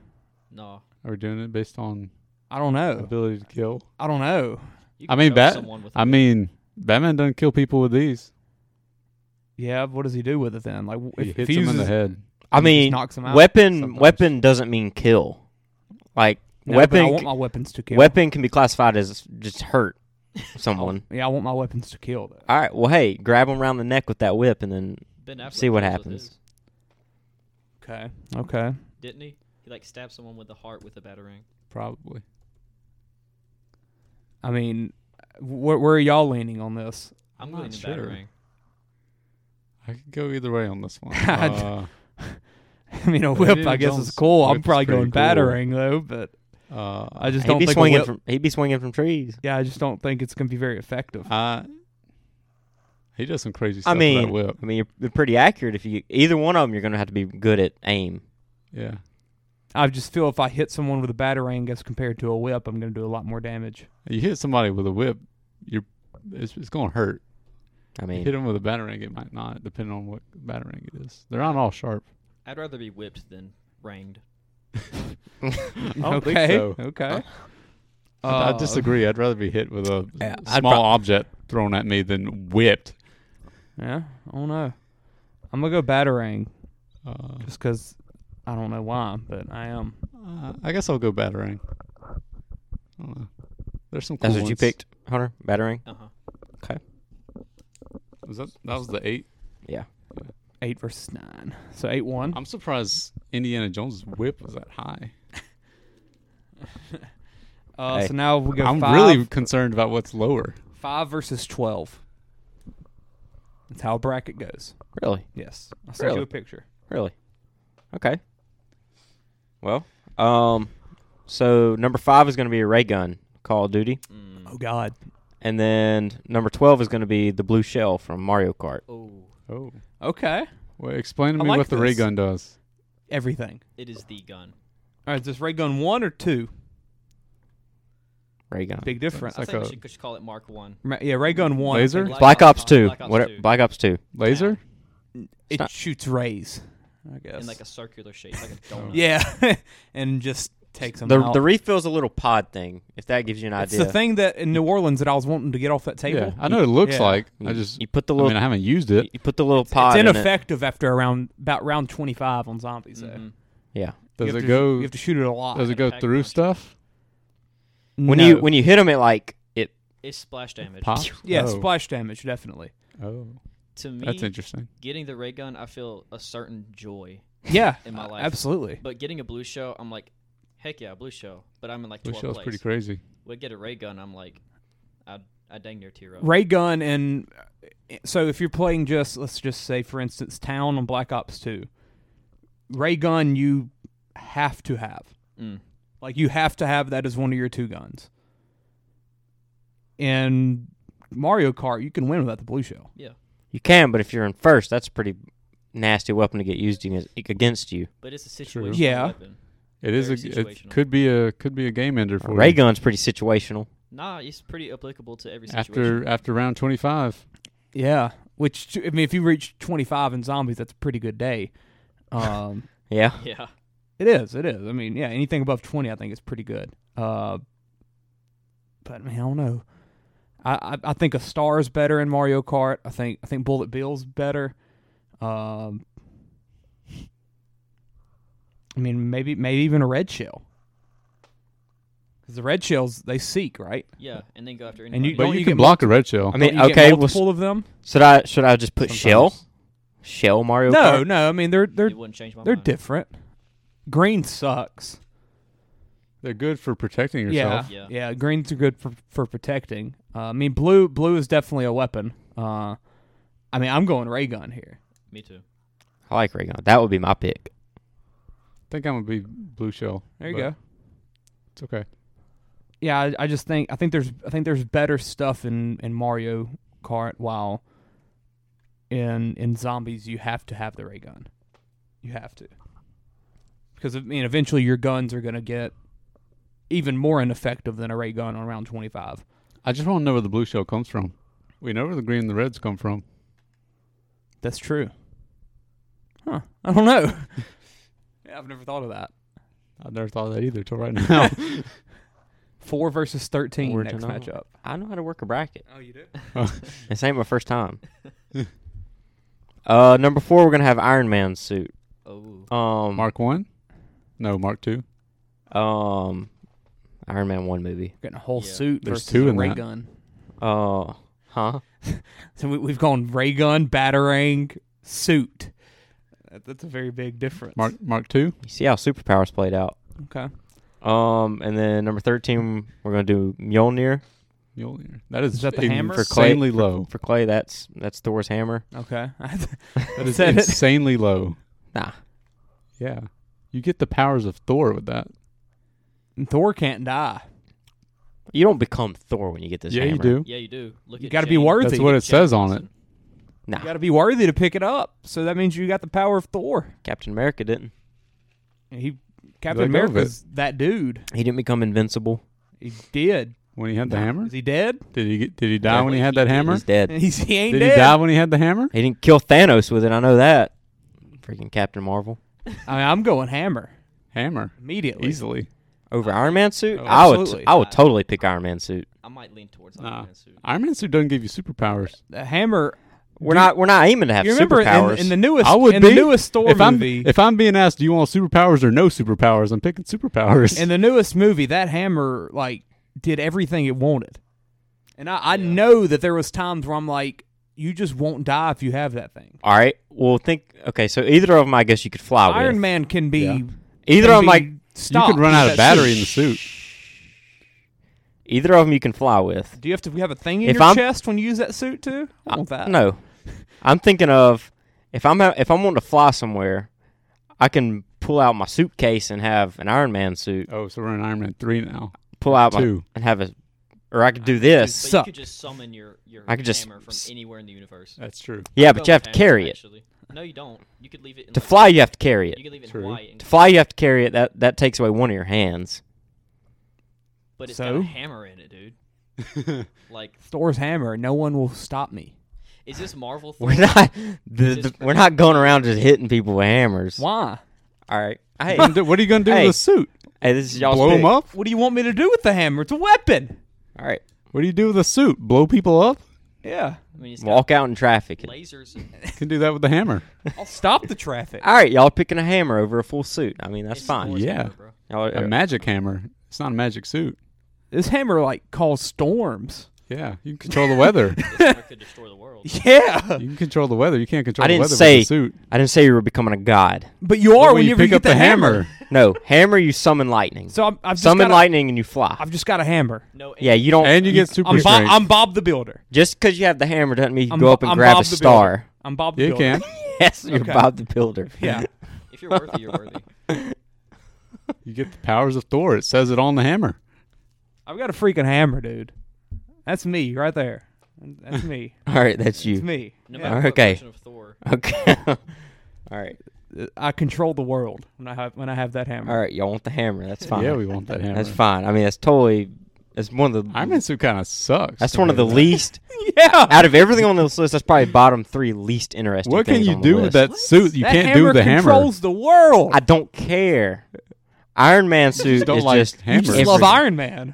Speaker 4: No.
Speaker 2: or doing it based on
Speaker 1: I don't know.
Speaker 2: ability to kill.
Speaker 1: I don't know.
Speaker 4: You
Speaker 2: I
Speaker 4: can
Speaker 2: mean,
Speaker 4: choke
Speaker 2: bat-
Speaker 4: someone with a
Speaker 2: I mean, Batman doesn't kill people with these.
Speaker 1: Yeah, what does he do with it then? Like w-
Speaker 2: He
Speaker 1: if, if
Speaker 2: hits
Speaker 1: he
Speaker 2: them
Speaker 1: uses
Speaker 2: in the head.
Speaker 1: he
Speaker 3: I
Speaker 1: just
Speaker 3: mean,
Speaker 1: knocks him out.
Speaker 3: weapon
Speaker 1: sometimes.
Speaker 3: weapon doesn't mean kill. Like
Speaker 1: No, but I
Speaker 3: weapon
Speaker 1: want my weapons to kill.
Speaker 3: weapon can be classified as just hurt someone.
Speaker 1: yeah, I want my weapons to kill though.
Speaker 3: All right. Well, hey, grab him around the neck with that whip, and then
Speaker 4: Ben Affleck
Speaker 3: see what
Speaker 4: kills with
Speaker 3: happens.
Speaker 4: his,
Speaker 1: Okay. Okay.
Speaker 4: didn't he? He like stabbed someone with the heart with a batarang.
Speaker 2: Probably.
Speaker 1: I mean, wh- where are y'all leaning on this?
Speaker 4: I'm,
Speaker 2: not
Speaker 4: going to
Speaker 2: sure.
Speaker 4: batarang.
Speaker 2: I could go either way on this one. Uh,
Speaker 1: I mean, a
Speaker 2: But
Speaker 1: whip,
Speaker 2: Indiana
Speaker 1: I guess,
Speaker 2: Jones
Speaker 1: is cool. I'm
Speaker 2: whip's
Speaker 1: probably
Speaker 2: pretty
Speaker 1: going
Speaker 2: cool.
Speaker 1: battering though, but
Speaker 2: uh,
Speaker 1: I just
Speaker 3: he'd
Speaker 1: don't
Speaker 3: be
Speaker 1: think a
Speaker 3: swinging
Speaker 1: whip-
Speaker 3: from he'd be swinging from trees.
Speaker 1: yeah, I just don't think it's gonna be very effective.
Speaker 2: I he does some crazy
Speaker 3: I
Speaker 2: stuff with
Speaker 3: mean,
Speaker 2: that whip.
Speaker 3: I mean, you're, you're pretty accurate. If you either one of them, you're going to have to be good at aim.
Speaker 2: Yeah.
Speaker 1: I just feel if I hit someone with a batarang as compared to a whip, I'm gonna do a lot more damage.
Speaker 2: You hit somebody with a whip, you're it's, it's going to hurt.
Speaker 3: I
Speaker 2: You
Speaker 3: mean,
Speaker 2: hit them with a batarang, it might not, depending on what batarang it is. They're not all sharp.
Speaker 4: I'd rather be whipped than ranged.
Speaker 2: don't think
Speaker 1: okay.
Speaker 2: so.
Speaker 1: Okay.
Speaker 2: I-
Speaker 1: Uh,
Speaker 2: I disagree. I'd rather be hit with a
Speaker 3: Yeah,
Speaker 2: small
Speaker 3: I'd prob-
Speaker 2: object thrown at me than whipped.
Speaker 1: Yeah. I don't know. I'm gonna go batarang
Speaker 2: Uh,
Speaker 1: just because I don't know why, but I am.
Speaker 2: uh, I guess I'll go batarang. I don't know. There's some. Cool
Speaker 3: that's what you
Speaker 2: ones.
Speaker 3: picked, Hunter. Battering.
Speaker 4: Uh huh.
Speaker 2: Was that that was the eight?
Speaker 3: Yeah.
Speaker 1: Eight versus nine, so eight one.
Speaker 2: I'm surprised Indiana Jones' whip was that high.
Speaker 1: Uh,
Speaker 3: Hey.
Speaker 1: So now we go.
Speaker 2: I'm
Speaker 1: five,
Speaker 2: really concerned about what's lower.
Speaker 1: five versus twelve. That's how a bracket goes.
Speaker 3: Really.
Speaker 1: Yes, I sent you
Speaker 3: Really?
Speaker 1: a picture.
Speaker 3: Really? Okay. Well, um, so number five is going to be a ray gun, Call of Duty,
Speaker 4: Mm.
Speaker 1: Oh God.
Speaker 3: and then number twelve is going to be the blue shell from Mario Kart.
Speaker 4: Oh,
Speaker 2: Oh,
Speaker 1: Okay.
Speaker 2: well, explain to
Speaker 1: I
Speaker 2: me
Speaker 1: like
Speaker 2: what the ray
Speaker 1: this.
Speaker 2: gun does.
Speaker 1: Everything.
Speaker 4: it is the gun.
Speaker 1: All right, is this ray gun one or two?
Speaker 3: Ray gun.
Speaker 1: Big difference.
Speaker 2: It's like
Speaker 4: I think
Speaker 2: a-
Speaker 4: we should just call it Mark One.
Speaker 1: Ma- Yeah, ray gun one.
Speaker 2: Laser?
Speaker 4: Black
Speaker 3: Black
Speaker 4: Ops
Speaker 3: Ops Two.
Speaker 4: Black Ops
Speaker 3: What?
Speaker 4: 2.
Speaker 3: Black Ops Two.
Speaker 2: Laser?
Speaker 1: It
Speaker 3: not-
Speaker 1: shoots rays. I guess.
Speaker 4: in like a circular shape, like a donut.
Speaker 1: yeah, and just takes them
Speaker 3: The
Speaker 1: out.
Speaker 3: the refill's a little pod thing. If that gives you an
Speaker 1: it's
Speaker 3: idea.
Speaker 1: the thing that in New Orleans that I was wanting to get off that
Speaker 2: Yeah,
Speaker 1: table.
Speaker 2: I know what it looks
Speaker 1: Yeah.
Speaker 2: like.
Speaker 3: You,
Speaker 2: I just,
Speaker 3: Mm. you put the
Speaker 2: I
Speaker 3: little
Speaker 2: mean, I haven't used it.
Speaker 3: you put the little
Speaker 1: It's
Speaker 3: pod in it.
Speaker 1: ineffective after around about round twenty five on zombies. Though.
Speaker 4: Mhm.
Speaker 3: Yeah.
Speaker 1: You
Speaker 2: Mm-hmm. Does
Speaker 1: have
Speaker 2: it
Speaker 1: to-
Speaker 2: go?
Speaker 1: You have to shoot it a lot.
Speaker 2: Does it go
Speaker 4: Attack
Speaker 2: through
Speaker 4: launcher.
Speaker 2: stuff?
Speaker 3: When
Speaker 1: No.
Speaker 3: you when you hit them, it like it.
Speaker 4: It's splash damage.
Speaker 2: Pop?
Speaker 1: yeah
Speaker 2: Oh.
Speaker 1: splash damage definitely.
Speaker 2: Oh,
Speaker 4: To me,
Speaker 2: that's interesting.
Speaker 4: getting the ray gun, I feel a certain joy.
Speaker 1: Yeah,
Speaker 4: In my
Speaker 1: uh,
Speaker 4: life.
Speaker 1: absolutely.
Speaker 4: But getting a blue shell, I'm like, heck yeah, blue shell. But I'm in like
Speaker 2: Blue
Speaker 4: 12th
Speaker 2: shell's
Speaker 4: place.
Speaker 2: pretty crazy.
Speaker 4: Would get a ray gun, I'm like, I I dang near tear up.
Speaker 1: Ray gun and so if you're playing just let's just say for instance town on Black Ops Two, ray gun you have to have.
Speaker 4: Mm.
Speaker 1: Like you have to have that as one of your two guns. In Mario Kart, you can win without the blue shell.
Speaker 3: You can, but if you're in first, that's a pretty nasty weapon to get used against- against you.
Speaker 4: But it's a
Speaker 2: True.
Speaker 4: situation.
Speaker 1: Yeah.
Speaker 4: Weapon.
Speaker 2: It is.
Speaker 4: Very
Speaker 2: A, it
Speaker 4: situational.
Speaker 2: could be a could be a game ender for
Speaker 3: Ray
Speaker 2: you.
Speaker 3: gun's pretty situational.
Speaker 4: Nah, it's pretty applicable to every situation.
Speaker 2: after after round twenty five.
Speaker 1: Yeah, which I mean, if you reach 25 in zombies, that's a pretty good day. Um,
Speaker 3: Yeah.
Speaker 4: yeah,
Speaker 1: it is, it is. I mean, yeah, anything above 20, I think is pretty good. Uh, but man, I don't know. I, I I think a star is better in Mario Kart. I think I think Bullet Bill's better. Um, I mean, maybe maybe even a red shell. Because the red shells they seek, right?
Speaker 4: yeah, and then go after
Speaker 1: you-
Speaker 4: anybody.
Speaker 1: Don't
Speaker 2: But you,
Speaker 1: you
Speaker 2: can
Speaker 1: get
Speaker 2: block a red shell.
Speaker 3: I mean,
Speaker 1: Don't you
Speaker 3: okay.
Speaker 1: get
Speaker 3: Well,
Speaker 1: multiple of them.
Speaker 3: should I should I just put shell
Speaker 2: sometimes.
Speaker 3: shell Mario
Speaker 1: No,
Speaker 3: Kart?
Speaker 1: no. I mean, they're they're
Speaker 4: it wouldn't change my
Speaker 1: They're
Speaker 4: mind.
Speaker 1: different. Green sucks.
Speaker 2: They're good for protecting yourself.
Speaker 1: Yeah,
Speaker 4: Yeah.
Speaker 1: yeah. Greens are good for for protecting. Uh, I mean, blue blue is definitely a weapon. Uh, I mean, I'm going ray gun here.
Speaker 4: Me too.
Speaker 3: I like ray gun. That would be my pick.
Speaker 2: I think I'm gonna be blue shell.
Speaker 1: There you
Speaker 2: but
Speaker 1: go.
Speaker 2: It's okay.
Speaker 1: yeah, I, I just think I think there's I think there's better stuff in in Mario Kart. While in in zombies, you have to have the ray gun. You have to because I mean eventually your guns are gonna get even more ineffective than a ray gun on round twenty five.
Speaker 2: I just want to know where the blue shell comes from. We know where the green and the reds come from.
Speaker 1: That's true. Huh? I don't know. yeah, I've never thought of that.
Speaker 2: I've never thought of that either till right now.
Speaker 1: Four versus thirteen
Speaker 3: Four to
Speaker 1: next
Speaker 3: none.
Speaker 1: matchup.
Speaker 3: I know how to work a bracket.
Speaker 1: Oh, you do.
Speaker 3: This ain't my first time. uh, number four, we're gonna have Iron Man suit.
Speaker 4: Oh,
Speaker 3: Um,
Speaker 2: Mark one? No, Mark two.
Speaker 3: um, Iron Man one movie.
Speaker 1: Getting a whole
Speaker 4: Yeah.
Speaker 1: suit
Speaker 2: There's
Speaker 1: versus
Speaker 2: two
Speaker 1: a
Speaker 2: in
Speaker 1: ray
Speaker 2: that.
Speaker 1: gun.
Speaker 3: Uh, huh?
Speaker 1: So we, we've gone ray gun, batarang, suit. That, that's a very big difference.
Speaker 2: Mark Mark two?
Speaker 3: You see how superpowers played out.
Speaker 1: Okay.
Speaker 3: Um, and then number thirteen, we're gonna do Mjolnir
Speaker 2: Mjolnir. That is,
Speaker 1: Is that the hammer? For
Speaker 2: Clay- insanely low.
Speaker 3: for Clay. That's that's Thor's hammer.
Speaker 1: Okay.
Speaker 2: That is
Speaker 1: Said it.
Speaker 2: insanely low.
Speaker 3: Nah,
Speaker 2: Yeah. You get the powers of Thor with that.
Speaker 1: Thor can't die.
Speaker 3: you don't become Thor when you get this.
Speaker 2: yeah,
Speaker 3: hammer.
Speaker 2: you do.
Speaker 4: yeah, you do. Look,
Speaker 1: You
Speaker 4: at
Speaker 1: gotta be
Speaker 4: Jane-
Speaker 1: worthy.
Speaker 2: That's what it
Speaker 4: Jane
Speaker 2: says on it.
Speaker 4: Wilson.
Speaker 1: You
Speaker 3: Nah,
Speaker 1: got to be worthy to pick it up. So that means you got the power of Thor.
Speaker 3: Captain America didn't.
Speaker 1: He
Speaker 2: Let
Speaker 1: Captain
Speaker 2: go of
Speaker 1: America's that dude.
Speaker 3: He didn't become invincible.
Speaker 1: He did.
Speaker 2: When he had the hammer?
Speaker 1: Is he dead?
Speaker 2: Did he get, did he die when he
Speaker 4: Yeah,
Speaker 2: had
Speaker 4: he
Speaker 2: that
Speaker 4: did.
Speaker 2: hammer?
Speaker 3: He's dead.
Speaker 1: He's, he ain't
Speaker 2: Did he
Speaker 1: dead.
Speaker 2: die when he had the hammer?
Speaker 3: He didn't kill Thanos with it. I know that. Freaking Captain Marvel
Speaker 1: I mean, I'm going hammer
Speaker 2: Hammer.
Speaker 1: immediately.
Speaker 2: Easily.
Speaker 3: over Iron Man suit.
Speaker 1: Oh,
Speaker 3: I would.
Speaker 1: absolutely.
Speaker 3: I would totally pick Iron Man suit.
Speaker 4: I might lean towards Iron
Speaker 2: Nah.
Speaker 4: Man suit.
Speaker 2: Iron Man suit doesn't give you superpowers.
Speaker 1: The hammer.
Speaker 3: We're not. We're not aiming to have
Speaker 1: You remember in,
Speaker 3: superpowers.
Speaker 1: in the newest
Speaker 2: I would
Speaker 1: in
Speaker 2: be
Speaker 1: the newest Thor
Speaker 2: if
Speaker 1: movie.
Speaker 2: I'm if I'm being asked, do you want superpowers or no superpowers? I'm picking superpowers.
Speaker 1: in the newest movie, that hammer like did everything it wanted. And I, I
Speaker 4: Yeah.
Speaker 1: know that there was times where I'm like, you just won't die if you have that thing.
Speaker 3: All right. Well, think. Okay, so either of them, I guess you could fly
Speaker 1: Iron
Speaker 3: with.
Speaker 1: Man can be
Speaker 2: Oh, Yeah.
Speaker 3: Either
Speaker 1: can
Speaker 3: of them,
Speaker 1: be
Speaker 3: like
Speaker 1: stopped
Speaker 2: you could run
Speaker 1: with
Speaker 2: out of
Speaker 1: that suit.
Speaker 2: battery in the suit.
Speaker 3: either of them, you can fly with.
Speaker 1: Do you have to have a thing in
Speaker 3: If
Speaker 1: your
Speaker 3: I'm-
Speaker 1: chest when you use that suit too? I want that.
Speaker 3: No, I'm thinking of if I'm ha- if I'm wanting to fly somewhere, I can pull out my suitcase and have an Iron Man suit.
Speaker 2: Oh, so we're in Iron Man three now.
Speaker 3: Pull out my,
Speaker 2: Two.
Speaker 3: and have a, or I could do
Speaker 4: Dude,
Speaker 3: this.
Speaker 4: but you
Speaker 1: sucked.
Speaker 4: could just summon your your
Speaker 3: I could just
Speaker 4: hammer from
Speaker 3: s-
Speaker 4: anywhere in the universe.
Speaker 2: That's true.
Speaker 3: Yeah,
Speaker 4: I'd
Speaker 3: but
Speaker 4: go
Speaker 3: you have
Speaker 4: with
Speaker 3: to
Speaker 4: hammer,
Speaker 3: carry it.
Speaker 4: Actually, no, you don't. You could leave it in
Speaker 3: To
Speaker 4: like,
Speaker 3: fly, you have to carry
Speaker 4: You
Speaker 3: it.
Speaker 4: could leave it
Speaker 2: True.
Speaker 4: in white. And,
Speaker 3: To fly, you have to carry it. That that takes away one of your hands.
Speaker 4: but it's got
Speaker 1: So?
Speaker 4: a hammer in it, dude. Like,
Speaker 1: Thor's hammer. No one will stop me.
Speaker 4: is this Marvel? Thor?
Speaker 3: We're not the,
Speaker 4: Just
Speaker 3: the, we're not going around just hitting people with hammers.
Speaker 1: Why?
Speaker 3: All right. Hey,
Speaker 2: What do- what are you gonna do
Speaker 3: Hey.
Speaker 2: with a suit?
Speaker 3: hey, this is y'all.
Speaker 2: Blow them up?
Speaker 1: What do you want me to do with the hammer? It's a weapon.
Speaker 3: All right.
Speaker 2: What do you do with a suit? Blow people up?
Speaker 1: Yeah.
Speaker 4: I mean, it's
Speaker 3: Walk out in traffic.
Speaker 4: got lasers. and-
Speaker 2: You can do that with the hammer.
Speaker 1: I'll stop the traffic.
Speaker 3: All right, y'all picking a hammer over a full suit. I mean, that's
Speaker 4: it's
Speaker 3: fine.
Speaker 4: Thor's
Speaker 2: Yeah.
Speaker 4: hammer, bro.
Speaker 3: Y'all are-
Speaker 2: A magic hammer. It's not a magic suit.
Speaker 1: This hammer like caused storms.
Speaker 2: Yeah, you can control the weather.
Speaker 4: This hammer could destroy the world.
Speaker 1: Yeah.
Speaker 2: You can control the weather. You can't control
Speaker 3: I
Speaker 2: the
Speaker 3: didn't
Speaker 2: weather
Speaker 3: say-
Speaker 2: with a suit.
Speaker 3: I didn't say you were becoming a god.
Speaker 1: But you
Speaker 2: But
Speaker 1: are
Speaker 2: when you
Speaker 1: whenever
Speaker 2: pick
Speaker 1: you
Speaker 2: up
Speaker 1: get
Speaker 2: the
Speaker 1: the
Speaker 2: hammer,
Speaker 3: No, hammer. You summon lightning.
Speaker 1: So I'm, I've just
Speaker 3: summon
Speaker 1: gotta-
Speaker 3: lightning and you fly.
Speaker 1: I've just got a hammer.
Speaker 4: No, and
Speaker 3: yeah, you don't.
Speaker 2: and you get super
Speaker 1: I'm, Bo-
Speaker 2: strength.
Speaker 1: I'm Bob the Builder.
Speaker 3: just because you have the hammer doesn't mean you
Speaker 1: I'm
Speaker 3: go
Speaker 1: Bo-
Speaker 3: up and
Speaker 1: I'm
Speaker 3: grab
Speaker 1: Bob
Speaker 3: a
Speaker 1: the
Speaker 3: star.
Speaker 1: I'm Bob the
Speaker 2: you
Speaker 1: Builder.
Speaker 2: can.
Speaker 3: yes, you're
Speaker 1: Okay.
Speaker 3: Bob the Builder.
Speaker 1: Yeah.
Speaker 4: if you're worthy, you're worthy.
Speaker 2: You get the powers of Thor. It says it on the hammer.
Speaker 1: I've got a freaking hammer, dude. That's me right there. That's me.
Speaker 3: All right, that's
Speaker 1: It's
Speaker 3: you.
Speaker 1: me.
Speaker 4: No
Speaker 1: Yeah.
Speaker 4: matter what
Speaker 3: Okay.
Speaker 4: version of Thor.
Speaker 3: Okay. all right.
Speaker 1: I control the world when I have when I have that hammer.
Speaker 3: All right. Y'all want the hammer? That's fine.
Speaker 2: Yeah, we want that hammer.
Speaker 3: that's fine. I mean, that's totally. That's one of the.
Speaker 2: Iron Man suit kind of sucks.
Speaker 3: that's one of the
Speaker 2: compared to
Speaker 3: least.
Speaker 1: Yeah.
Speaker 3: out of everything on this list, that's probably bottom three least
Speaker 2: that.
Speaker 3: interesting.
Speaker 2: What can
Speaker 3: things
Speaker 2: you
Speaker 3: on the
Speaker 2: do with
Speaker 3: list.
Speaker 2: that
Speaker 1: What?
Speaker 2: suit? You
Speaker 1: That
Speaker 2: can't do with the hammer.
Speaker 1: Controls the world.
Speaker 3: I don't care. Iron Man suit
Speaker 2: don't
Speaker 3: is
Speaker 2: like
Speaker 3: just
Speaker 2: hammers.
Speaker 1: just
Speaker 2: Hammer.
Speaker 1: love
Speaker 3: every-
Speaker 1: Iron Man.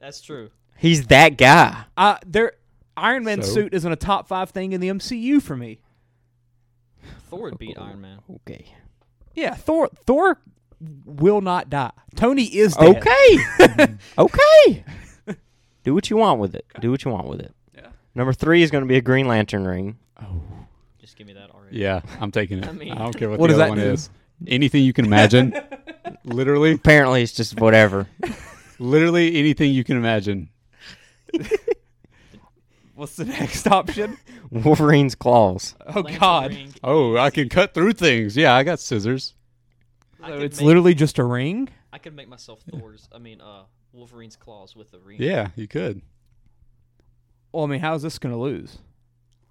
Speaker 4: That's true.
Speaker 3: He's that guy.
Speaker 1: Uh, there, Iron Man
Speaker 2: So?
Speaker 1: suit isn't a top five thing in the MCU for me.
Speaker 4: Thor would beat Iron Man.
Speaker 3: Okay.
Speaker 1: Yeah, Thor. Thor will not die. Tony is dead.
Speaker 3: Okay. okay. Do what you want with it. Do what you want with it.
Speaker 1: Yeah.
Speaker 3: Number three is going to be a Green Lantern ring.
Speaker 4: Just give me that already.
Speaker 2: Yeah, I'm taking it. I,
Speaker 4: I mean-
Speaker 2: don't care what,
Speaker 1: What
Speaker 2: the
Speaker 1: does
Speaker 2: other
Speaker 1: that
Speaker 2: one
Speaker 1: do?
Speaker 2: is. Anything you can imagine. literally,
Speaker 3: Apparently, it's just whatever.
Speaker 2: literally anything you can imagine.
Speaker 1: What's the next option?
Speaker 3: Wolverine's claws.
Speaker 1: Oh
Speaker 4: Lantern
Speaker 1: God!
Speaker 4: ring.
Speaker 2: Oh, I can cut through things. Yeah, I got scissors.
Speaker 4: I
Speaker 1: So
Speaker 4: could
Speaker 1: it's
Speaker 4: make-
Speaker 1: literally just a ring.
Speaker 4: I could make myself Thor's. I mean, uh, Wolverine's claws with the ring.
Speaker 2: Yeah, you could.
Speaker 1: Well, I mean, how is this going to lose?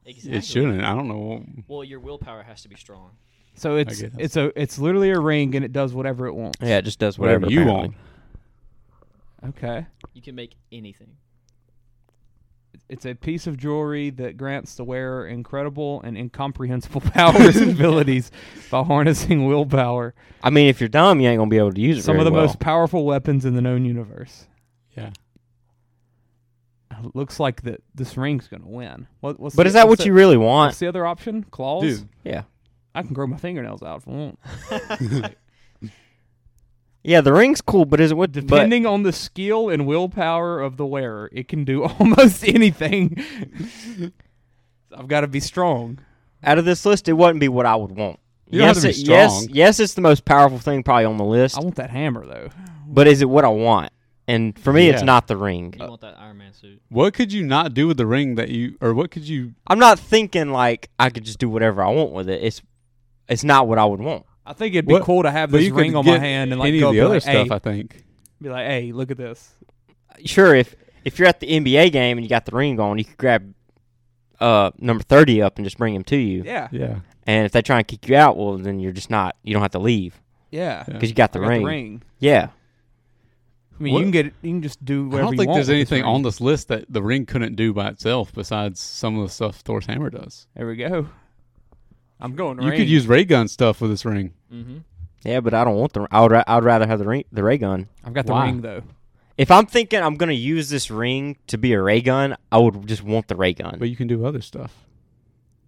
Speaker 4: exactly.
Speaker 2: It shouldn't. I don't know.
Speaker 4: Well, your willpower has to be strong.
Speaker 1: So it's
Speaker 2: guess.
Speaker 1: it's a it's literally a ring and it does whatever it wants.
Speaker 3: Yeah, it just does
Speaker 2: Whatever,
Speaker 3: whatever,
Speaker 2: you
Speaker 3: apparently.
Speaker 2: want.
Speaker 1: Okay.
Speaker 4: You can make anything.
Speaker 1: It's a piece of jewelry that grants the wearer incredible and incomprehensible powers and abilities by harnessing willpower.
Speaker 3: I mean, if you're dumb, you ain't gonna be able to use it.
Speaker 1: Some of
Speaker 3: very
Speaker 1: the
Speaker 3: well.
Speaker 1: most powerful weapons in the known universe.
Speaker 2: Yeah.
Speaker 1: It looks like that this ring's gonna win. What, what's
Speaker 3: But
Speaker 1: the-
Speaker 3: is that
Speaker 1: what's
Speaker 3: what you really
Speaker 1: What's
Speaker 3: want?
Speaker 1: the other option? Claws.
Speaker 2: Dude,
Speaker 3: Yeah.
Speaker 1: I can grow my fingernails out if I want.
Speaker 3: Yeah, the ring's cool, but is it what? But
Speaker 1: Depending on the skill and willpower of the wearer, it can do almost anything. I've got to be strong.
Speaker 3: out of this list, it wouldn't be what I would want.
Speaker 2: You don't
Speaker 3: yes,
Speaker 2: have to be
Speaker 3: it- yes,
Speaker 2: strong.
Speaker 3: yes, it's the most powerful thing probably on the list.
Speaker 1: I want that hammer though.
Speaker 3: But is it what I want? And for me, it's
Speaker 2: Yeah.
Speaker 3: not the ring.
Speaker 2: Uh,
Speaker 4: You want that Iron Man suit.
Speaker 2: What could you not do with the ring that you, or what could you?
Speaker 3: I'm not thinking like I could just do whatever I want with it. It's it's not what I would want.
Speaker 1: I think it'd be
Speaker 2: What-
Speaker 1: cool to have
Speaker 2: but
Speaker 1: this
Speaker 2: you could
Speaker 1: ring on my
Speaker 2: get
Speaker 1: hand and like
Speaker 2: any
Speaker 1: go
Speaker 2: of the
Speaker 1: be
Speaker 2: other
Speaker 1: like,
Speaker 2: stuff,
Speaker 1: "Hey,"
Speaker 2: I think.
Speaker 1: be like, "Hey, look at this."
Speaker 3: Sure, if if you're at the NBA game and you got the ring on, you could grab uh number thirty up and just bring him to you.
Speaker 1: Yeah, yeah,
Speaker 2: Yeah.
Speaker 3: And if they try and kick you out, well, then you're just not. You don't have to leave
Speaker 2: Yeah.
Speaker 3: because you got,
Speaker 1: I
Speaker 3: the,
Speaker 1: got
Speaker 3: ring.
Speaker 1: the ring.
Speaker 3: Yeah.
Speaker 1: I mean,
Speaker 2: What-
Speaker 1: you can get it. You can just do whatever
Speaker 2: I don't
Speaker 1: you
Speaker 2: think
Speaker 1: want with
Speaker 2: there's
Speaker 1: this
Speaker 2: anything
Speaker 1: ring.
Speaker 2: on this list that the ring couldn't do by itself besides some of the stuff Thor's hammer does.
Speaker 1: There we go. I'm going.
Speaker 2: You
Speaker 1: ring.
Speaker 2: could use ray gun stuff with this ring.
Speaker 4: Mm-hmm.
Speaker 3: Yeah, but I don't want the. I would. ra- I would rather have the ring, the ray gun.
Speaker 1: I've got the
Speaker 2: Why?
Speaker 1: ring though.
Speaker 3: If I'm thinking I'm gonna use this ring to be a ray gun, I would just want the ray gun.
Speaker 2: But you can do other stuff.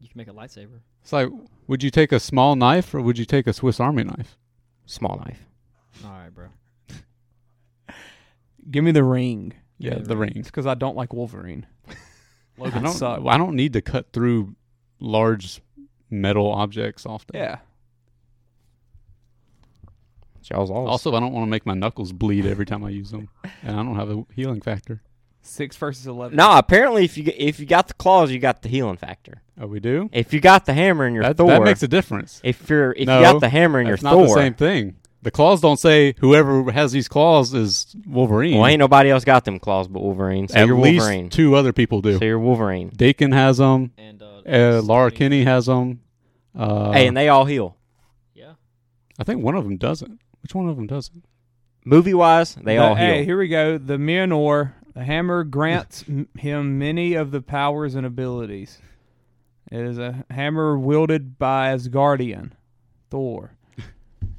Speaker 4: You can make a lightsaber.
Speaker 2: It's like, would you take a small knife or would you take a Swiss Army knife?
Speaker 3: Small knife.
Speaker 4: All right, bro.
Speaker 1: Give me the ring.
Speaker 2: Yeah,
Speaker 4: Yeah,
Speaker 2: the
Speaker 4: right.
Speaker 2: ring.
Speaker 1: It's because I don't like Wolverine.
Speaker 2: I
Speaker 1: Logan
Speaker 2: don't.
Speaker 1: sucked.
Speaker 2: I don't need to cut through large metal objects often.
Speaker 1: Yeah.
Speaker 3: Charles Laws.
Speaker 2: Also, I don't want to make my knuckles bleed every time I use them, and I don't have a healing factor.
Speaker 1: Six versus eleven.
Speaker 3: No, apparently if you g- if you got the claws, you got the healing factor.
Speaker 2: Oh, we do.
Speaker 3: If you got the hammer and your
Speaker 2: That,
Speaker 3: Thor,
Speaker 2: that makes a difference.
Speaker 3: if you're if
Speaker 2: No,
Speaker 3: you got the hammer and your
Speaker 2: It's not
Speaker 3: Thor,
Speaker 2: the same thing. The claws don't say whoever has these claws is Wolverine.
Speaker 3: well, ain't nobody else got them claws but Wolverine. So
Speaker 2: At
Speaker 3: you're
Speaker 2: least
Speaker 3: Wolverine.
Speaker 2: two other people do.
Speaker 3: So you're Wolverine.
Speaker 2: Dakin has them.
Speaker 4: And uh,
Speaker 2: Uh, Laura
Speaker 4: Sting.
Speaker 2: Kinney has them. Uh,
Speaker 3: hey, and they all heal.
Speaker 4: Yeah.
Speaker 2: I think one of them doesn't. Which one of them doesn't?
Speaker 3: Movie wise, they
Speaker 1: But,
Speaker 3: all heal.
Speaker 1: hey, here we go. The Mjolnir, the hammer grants m- him many of the powers and abilities. It is a hammer wielded by Asgardian, Thor.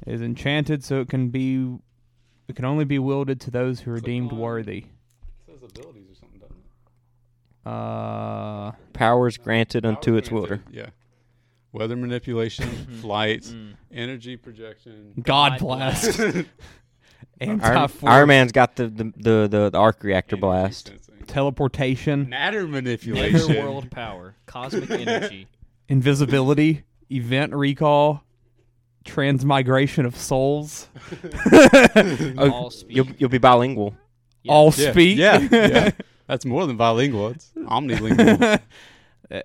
Speaker 1: It is enchanted, so it can be, it can only be wielded to those who are
Speaker 2: Click
Speaker 1: deemed
Speaker 2: on-
Speaker 1: worthy.
Speaker 2: says abilities or something, doesn't it?
Speaker 1: Uh,
Speaker 3: Powers granted unto its wielder.
Speaker 2: Yeah. Weather manipulation, flight,
Speaker 4: Mm.
Speaker 2: energy projection.
Speaker 1: God
Speaker 4: God
Speaker 1: blast.
Speaker 3: Iron,
Speaker 1: Anti-force.
Speaker 3: Iron Man's got the the, the, the, the arc reactor blast.
Speaker 1: Teleportation.
Speaker 2: Matter manipulation.
Speaker 4: Netherworld power, cosmic energy.
Speaker 1: invisibility, event recall, transmigration of souls,
Speaker 3: Oh,
Speaker 4: all speed.
Speaker 3: you'll, you'll be bilingual.
Speaker 4: Yeah.
Speaker 1: all
Speaker 2: Yeah.
Speaker 1: speak.
Speaker 2: Yeah. yeah. That's more than bilingual. It's omnilingual.